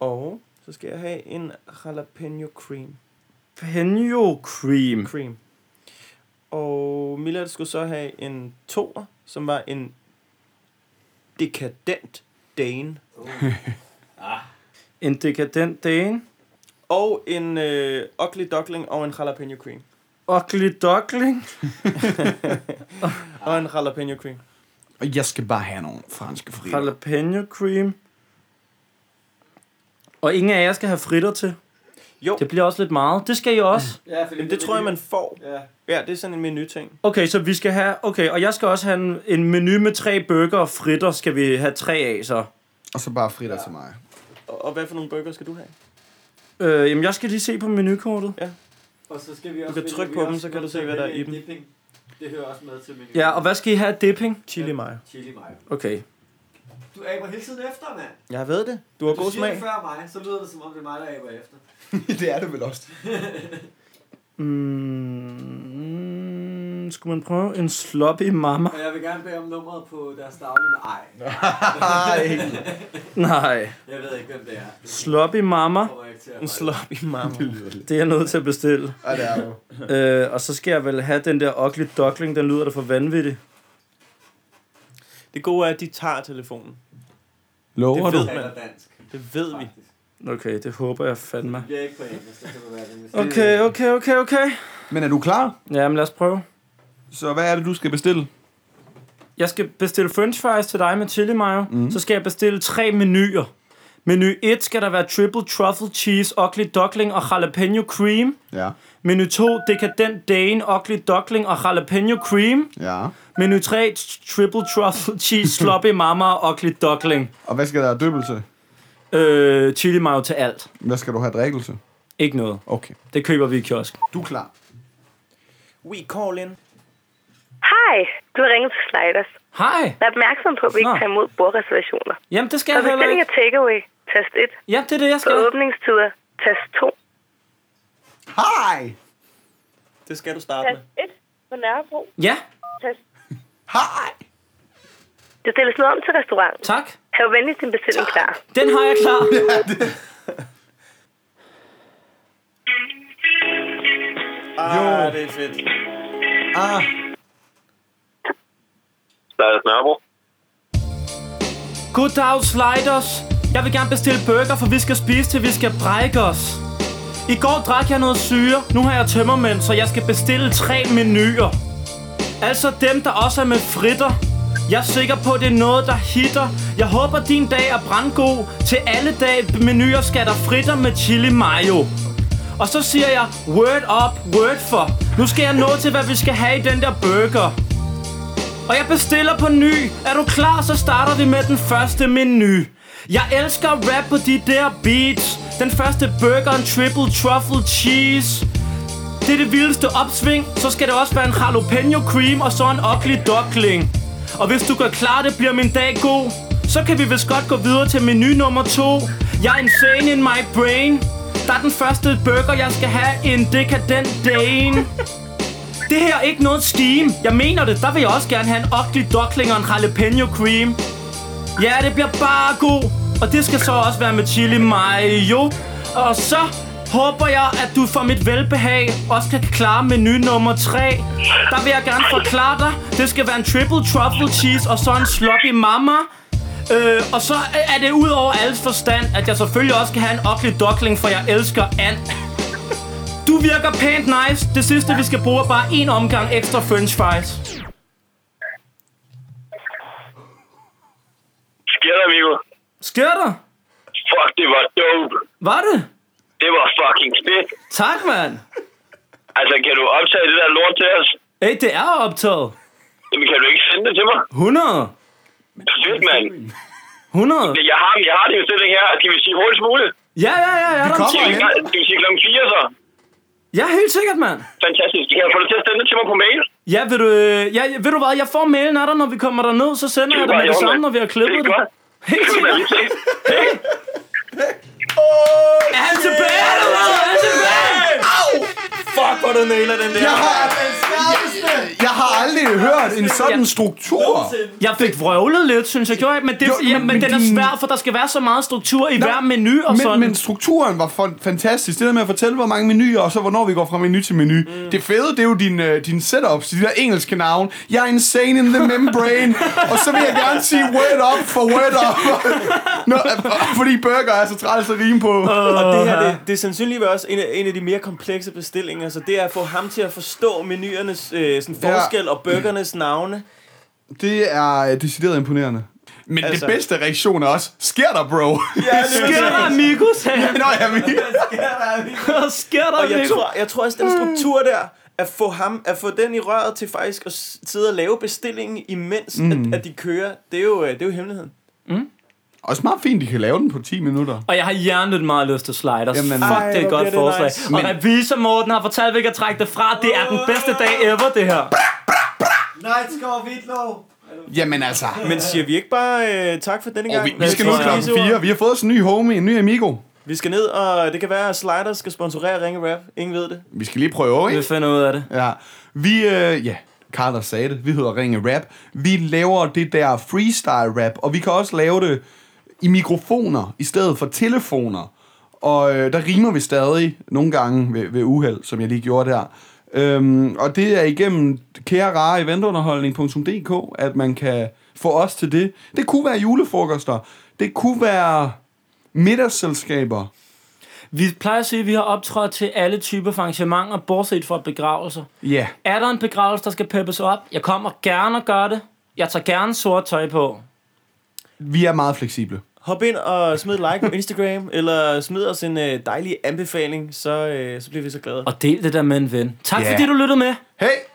[SPEAKER 2] Og så skal jeg have en jalapeno cream.
[SPEAKER 1] Penio cream.
[SPEAKER 2] cream. Og Millard skulle så have en toer, som var en dekadent dane.
[SPEAKER 1] En dekadent dane.
[SPEAKER 2] Og en øh, ugly duckling og en jalapeno cream.
[SPEAKER 1] Ugly duckling.
[SPEAKER 2] Og en jalapeno cream.
[SPEAKER 3] Og jeg skal bare have nogle franske fritter.
[SPEAKER 1] Jalapeno cream. Og ingen af jer skal have fritter til.
[SPEAKER 2] Jo.
[SPEAKER 1] Det bliver også lidt meget. Det skal I også.
[SPEAKER 9] Ja, fordi
[SPEAKER 2] Jamen, det tror jeg, man får.
[SPEAKER 9] Ja.
[SPEAKER 2] Ja, det er sådan en menu-ting.
[SPEAKER 1] Okay, så vi skal have... Okay, og jeg skal også have en, en menu med tre bøger og fritter. Skal vi have tre af, så?
[SPEAKER 3] Og så bare fritter ja. til mig.
[SPEAKER 2] Og, og hvad for nogle burger skal du have?
[SPEAKER 1] Øh, jamen, jeg skal lige se på menukortet.
[SPEAKER 9] Og så skal vi også
[SPEAKER 2] kan
[SPEAKER 9] vælge-
[SPEAKER 2] trykke
[SPEAKER 9] vi
[SPEAKER 2] på
[SPEAKER 9] er
[SPEAKER 2] dem,
[SPEAKER 9] også
[SPEAKER 2] så kan
[SPEAKER 9] nødt
[SPEAKER 2] du se,
[SPEAKER 9] til at
[SPEAKER 2] hvad der er
[SPEAKER 9] vælge
[SPEAKER 2] i
[SPEAKER 9] en
[SPEAKER 2] dem.
[SPEAKER 9] dipping. Det hører også med til menuen.
[SPEAKER 1] Ja, og hvad skal I have af dipping?
[SPEAKER 2] Chili mayo.
[SPEAKER 9] Chili mayo.
[SPEAKER 1] Okay.
[SPEAKER 9] Du aber hele tiden efter, mand.
[SPEAKER 2] Jeg ved det. Du har
[SPEAKER 9] Du
[SPEAKER 2] god
[SPEAKER 9] siger
[SPEAKER 2] smag.
[SPEAKER 9] det før mig, så lyder det som om det er mig, der aber efter.
[SPEAKER 3] det er det vel også.
[SPEAKER 1] Mm, skulle man prøve en sloppy mama?
[SPEAKER 9] Og jeg vil gerne bede om nummeret på deres daglige med ej.
[SPEAKER 1] Nej.
[SPEAKER 9] Jeg ved ikke, hvem det er. Det
[SPEAKER 1] Sloppy mama.
[SPEAKER 9] kommer jeg ikke til at
[SPEAKER 2] En sloppy mamma.
[SPEAKER 1] Det er jeg nødt til at bestille.
[SPEAKER 3] Ja, det er du.
[SPEAKER 1] Øh, og så skal jeg vel have den der ugly duckling, den lyder da for vanvittig.
[SPEAKER 2] Det gode er, at de tager telefonen.
[SPEAKER 3] Lover du?
[SPEAKER 2] Det ved
[SPEAKER 9] holde.
[SPEAKER 2] man.
[SPEAKER 9] Eller dansk,
[SPEAKER 2] Det ved vi.
[SPEAKER 9] faktisk.
[SPEAKER 1] Okay, det håber jeg fandme.
[SPEAKER 9] Det bliver ikke på engelsk, det kan du være rimelig sikker.
[SPEAKER 1] Okay, okay, okay, okay.
[SPEAKER 3] Men er du klar?
[SPEAKER 1] Jamen lad os prøve.
[SPEAKER 3] Så hvad er det, du skal bestille?
[SPEAKER 1] Jeg skal bestille french fries til dig med chili mayo. Mm. Så skal jeg bestille tre menuer. Menu 1 skal der være triple truffle cheese, ugly duckling og jalapeno cream.
[SPEAKER 3] Ja.
[SPEAKER 1] Menu 2, decadent dane, ugly duckling og jalapeno cream.
[SPEAKER 3] Ja.
[SPEAKER 1] Menu 3, triple truffle cheese, sloppy mama og ugly duckling.
[SPEAKER 3] Og hvad skal der have døbelse?
[SPEAKER 1] Øh, chili mayo til alt.
[SPEAKER 3] Hvad skal du have drikkelse?
[SPEAKER 1] Ikke noget.
[SPEAKER 3] Okay.
[SPEAKER 1] Det køber vi i kiosk.
[SPEAKER 3] Du er klar.
[SPEAKER 2] We call in.
[SPEAKER 11] Hej, du har ringet til Sliders.
[SPEAKER 1] Hej!
[SPEAKER 11] Vær opmærksom på, at vi
[SPEAKER 1] Nå.
[SPEAKER 11] ikke tager imod bordreservationer.
[SPEAKER 1] Jamen, det skal
[SPEAKER 11] Så
[SPEAKER 1] jeg
[SPEAKER 11] hvis
[SPEAKER 1] heller
[SPEAKER 11] den
[SPEAKER 1] ikke.
[SPEAKER 11] er takeaway, tast 1.
[SPEAKER 1] Ja, det er det, jeg
[SPEAKER 11] På
[SPEAKER 1] skal.
[SPEAKER 11] åbningstider, tast 2.
[SPEAKER 3] Hej!
[SPEAKER 2] Det skal du starte med.
[SPEAKER 11] Tast 1 på Nørrebro.
[SPEAKER 1] Ja,
[SPEAKER 11] Tast.
[SPEAKER 3] Hej!
[SPEAKER 11] Det stilles noget om til restaurant.
[SPEAKER 1] tak.
[SPEAKER 11] Hav venligst din bestilling klar.
[SPEAKER 1] Den har jeg klar.
[SPEAKER 2] Ah, det er fedt.
[SPEAKER 3] Ah,
[SPEAKER 6] Lad os nørrebro.
[SPEAKER 1] Goddag, Sliders. Jeg vil gerne bestille burger, for vi skal spise til vi skal brække os. I går drak jeg noget syre. Nu har jeg tømmermænd, så jeg skal bestille tre menuer. Altså dem, der også er med fritter. Jeg er sikker på, at det er noget, der hitter. Jeg håber, din dag er brandgod. Til alle dag menuer skal der fritter med chili mayo. Og så siger jeg, word up, word for. Nu skal jeg nå til, hvad vi skal have i den der burger. Og jeg bestiller på ny. Er du klar, så starter vi med den første menu. Jeg elsker at rap på de der beats. Den første burger, en triple truffle cheese. Det er det vildeste opsving. Så skal det også være en jalapeno cream og så en ugly duckling. Og hvis du gør klar, det bliver min dag god. Så kan vi vist godt gå videre til menu nummer to. Jeg er insane in my brain. Der er den første burger, jeg skal have en decadent dane. Det her er ikke noget scheme. Jeg mener det. Der vil jeg også gerne have en ugly duckling og en jalapeno cream. Ja, det bliver bare god. Og det skal så også være med chili mayo. Og så håber jeg, at du for mit velbehag også kan klare menu nummer 3. Der vil jeg gerne forklare dig. Det skal være en triple truffle cheese og så en sloppy mama. Øh, og så er det ud over alles forstand, at jeg selvfølgelig også skal have en ugly duckling, for jeg elsker and. Du virker pænt nice. Det sidste, vi skal bruge, er bare en omgang ekstra french fries.
[SPEAKER 6] Sker der, Mikko?
[SPEAKER 1] Sker der?
[SPEAKER 6] Fuck, det var dope.
[SPEAKER 1] Var det?
[SPEAKER 6] Det var fucking fedt.
[SPEAKER 1] Tak, mand.
[SPEAKER 6] Altså, kan du optage det der lort til os?
[SPEAKER 1] Hey, det er optaget.
[SPEAKER 6] Jamen, kan du ikke sende det til mig?
[SPEAKER 1] 100.
[SPEAKER 6] Fedt, mand.
[SPEAKER 1] 100.
[SPEAKER 6] Jeg har, jeg har din bestilling her. Skal vi sige hurtigst muligt?
[SPEAKER 1] Ja, ja, ja, ja. Der.
[SPEAKER 6] Skal vi, skal vi sige klokken 4 så?
[SPEAKER 1] Ja, helt sikkert, mand.
[SPEAKER 6] Fantastisk. Kan jeg få dig til at sende det til mig på mail?
[SPEAKER 1] Ja, ved du, øh, ja, ved du hvad? Jeg får mailen af dig, når vi kommer derned, så sender jeg
[SPEAKER 6] Super,
[SPEAKER 1] dig med det
[SPEAKER 6] jo,
[SPEAKER 1] samme,
[SPEAKER 6] mand.
[SPEAKER 1] når vi har
[SPEAKER 6] Det
[SPEAKER 1] klippet
[SPEAKER 6] er godt.
[SPEAKER 1] det. Helt
[SPEAKER 6] Det er
[SPEAKER 1] sikkert.
[SPEAKER 6] lige set.
[SPEAKER 1] Er han tilbage, eller hvad? Er han tilbage?
[SPEAKER 2] Fuck, hvor du nailer den der.
[SPEAKER 3] jeg har, jeg har aldrig hørt en sådan struktur.
[SPEAKER 1] Jeg fik vrøvlet lidt, synes jeg. Gjorde jeg, men, det,
[SPEAKER 3] Jo,
[SPEAKER 1] jo, ja, men,
[SPEAKER 3] men- men
[SPEAKER 1] den er
[SPEAKER 3] din-
[SPEAKER 1] svær, for der skal være så meget struktur i hver menu og sådan.
[SPEAKER 3] Men, men strukturen var fun- fantastisk. Det der med at fortælle, hvor mange menuer, og så hvornår vi går fra menu til menu. Mm. Det fede, det er jo din, øh, din setups, de der engelske navne. Jeg er insane in the membrane, og så vil jeg gerne sige word up for word up. Nå, øh, fordi burger er så træls at rime på.
[SPEAKER 2] Og det her, det, det er sandsynligvis også en af, en af de mere komplekse bestillinger, så det er at få ham til at forstå menuernes øh, sådan forskel og burgernes navne,
[SPEAKER 3] Det er øh, decideret imponerende. Men altså.
[SPEAKER 7] Altså.
[SPEAKER 3] det bedste reaktion er også, sker der, bro?
[SPEAKER 1] Sker der, amigo, sagde han.
[SPEAKER 3] Nå, ja, amigo.
[SPEAKER 1] Sker der,
[SPEAKER 2] Og jeg
[SPEAKER 1] amigo?
[SPEAKER 2] tror, jeg tror også, den struktur der, at få, ham, at få den i røret til faktisk at s- sidde og lave bestillingen, imens mm.
[SPEAKER 3] Mm.
[SPEAKER 2] at, at, de kører, det er jo, øh, det er jo hemmeligheden.
[SPEAKER 3] Også meget fint, de kan lave den på 10 minutter.
[SPEAKER 1] Og jeg har hjernet meget lyst til sliders. Jamen,
[SPEAKER 3] Jamen.
[SPEAKER 1] Fuck,
[SPEAKER 2] Ej,
[SPEAKER 1] det er et
[SPEAKER 2] hvor
[SPEAKER 1] godt
[SPEAKER 2] bliver det
[SPEAKER 1] forslag.
[SPEAKER 2] nice.
[SPEAKER 1] Nice. Og revisor Morten har fortalt, at vi kan trække det fra. Det er den bedste dag ever, det her.
[SPEAKER 9] Nightskov Hvitlov.
[SPEAKER 3] Jamen altså.
[SPEAKER 2] Men siger vi ikke bare øh, tak for denne
[SPEAKER 3] Og
[SPEAKER 2] gang?
[SPEAKER 3] vi, vi skal nu
[SPEAKER 2] Med
[SPEAKER 3] klokken
[SPEAKER 2] disse ord.
[SPEAKER 3] 4. Vi har fået os en ny homie, en ny amigo.
[SPEAKER 2] Vi skal ned, og det kan være, at Sliders skal sponsorere Ringe Rap. Ingen ved det.
[SPEAKER 3] Vi skal lige prøve,
[SPEAKER 1] Vi
[SPEAKER 3] ikke?
[SPEAKER 1] finder ud af det.
[SPEAKER 3] Ja. Vi, øh, ja, Carlos sagde det. Vi hedder Ringe Rap. Vi laver det der freestyle rap, og vi kan også lave det i mikrofoner i stedet for telefoner. Og øh, der rimer vi stadig nogle gange ved, ved uheld, som jeg lige gjorde der. Øhm, og det er igennem kære rare eventunderholdning.dk, at man kan få os til det. Det kunne være julefrokoster. Det kunne være middagsselskaber.
[SPEAKER 1] Vi plejer at sige, at vi har optrådt til alle typer for arrangementer, bortset fra begravelser.
[SPEAKER 3] Ja. Yeah.
[SPEAKER 1] Er der en begravelse, der skal peppes op? Jeg kommer gerne og gør det. Jeg tager gerne sort tøj på.
[SPEAKER 3] Vi er meget fleksible.
[SPEAKER 2] Hop ind og smid et like på Instagram, eller smid os en øh, dejlig anbefaling, så, øh, så bliver vi så glade.
[SPEAKER 1] Og del det der med en ven. Tak
[SPEAKER 3] Ja.
[SPEAKER 1] fordi du lyttede med.
[SPEAKER 3] Hey!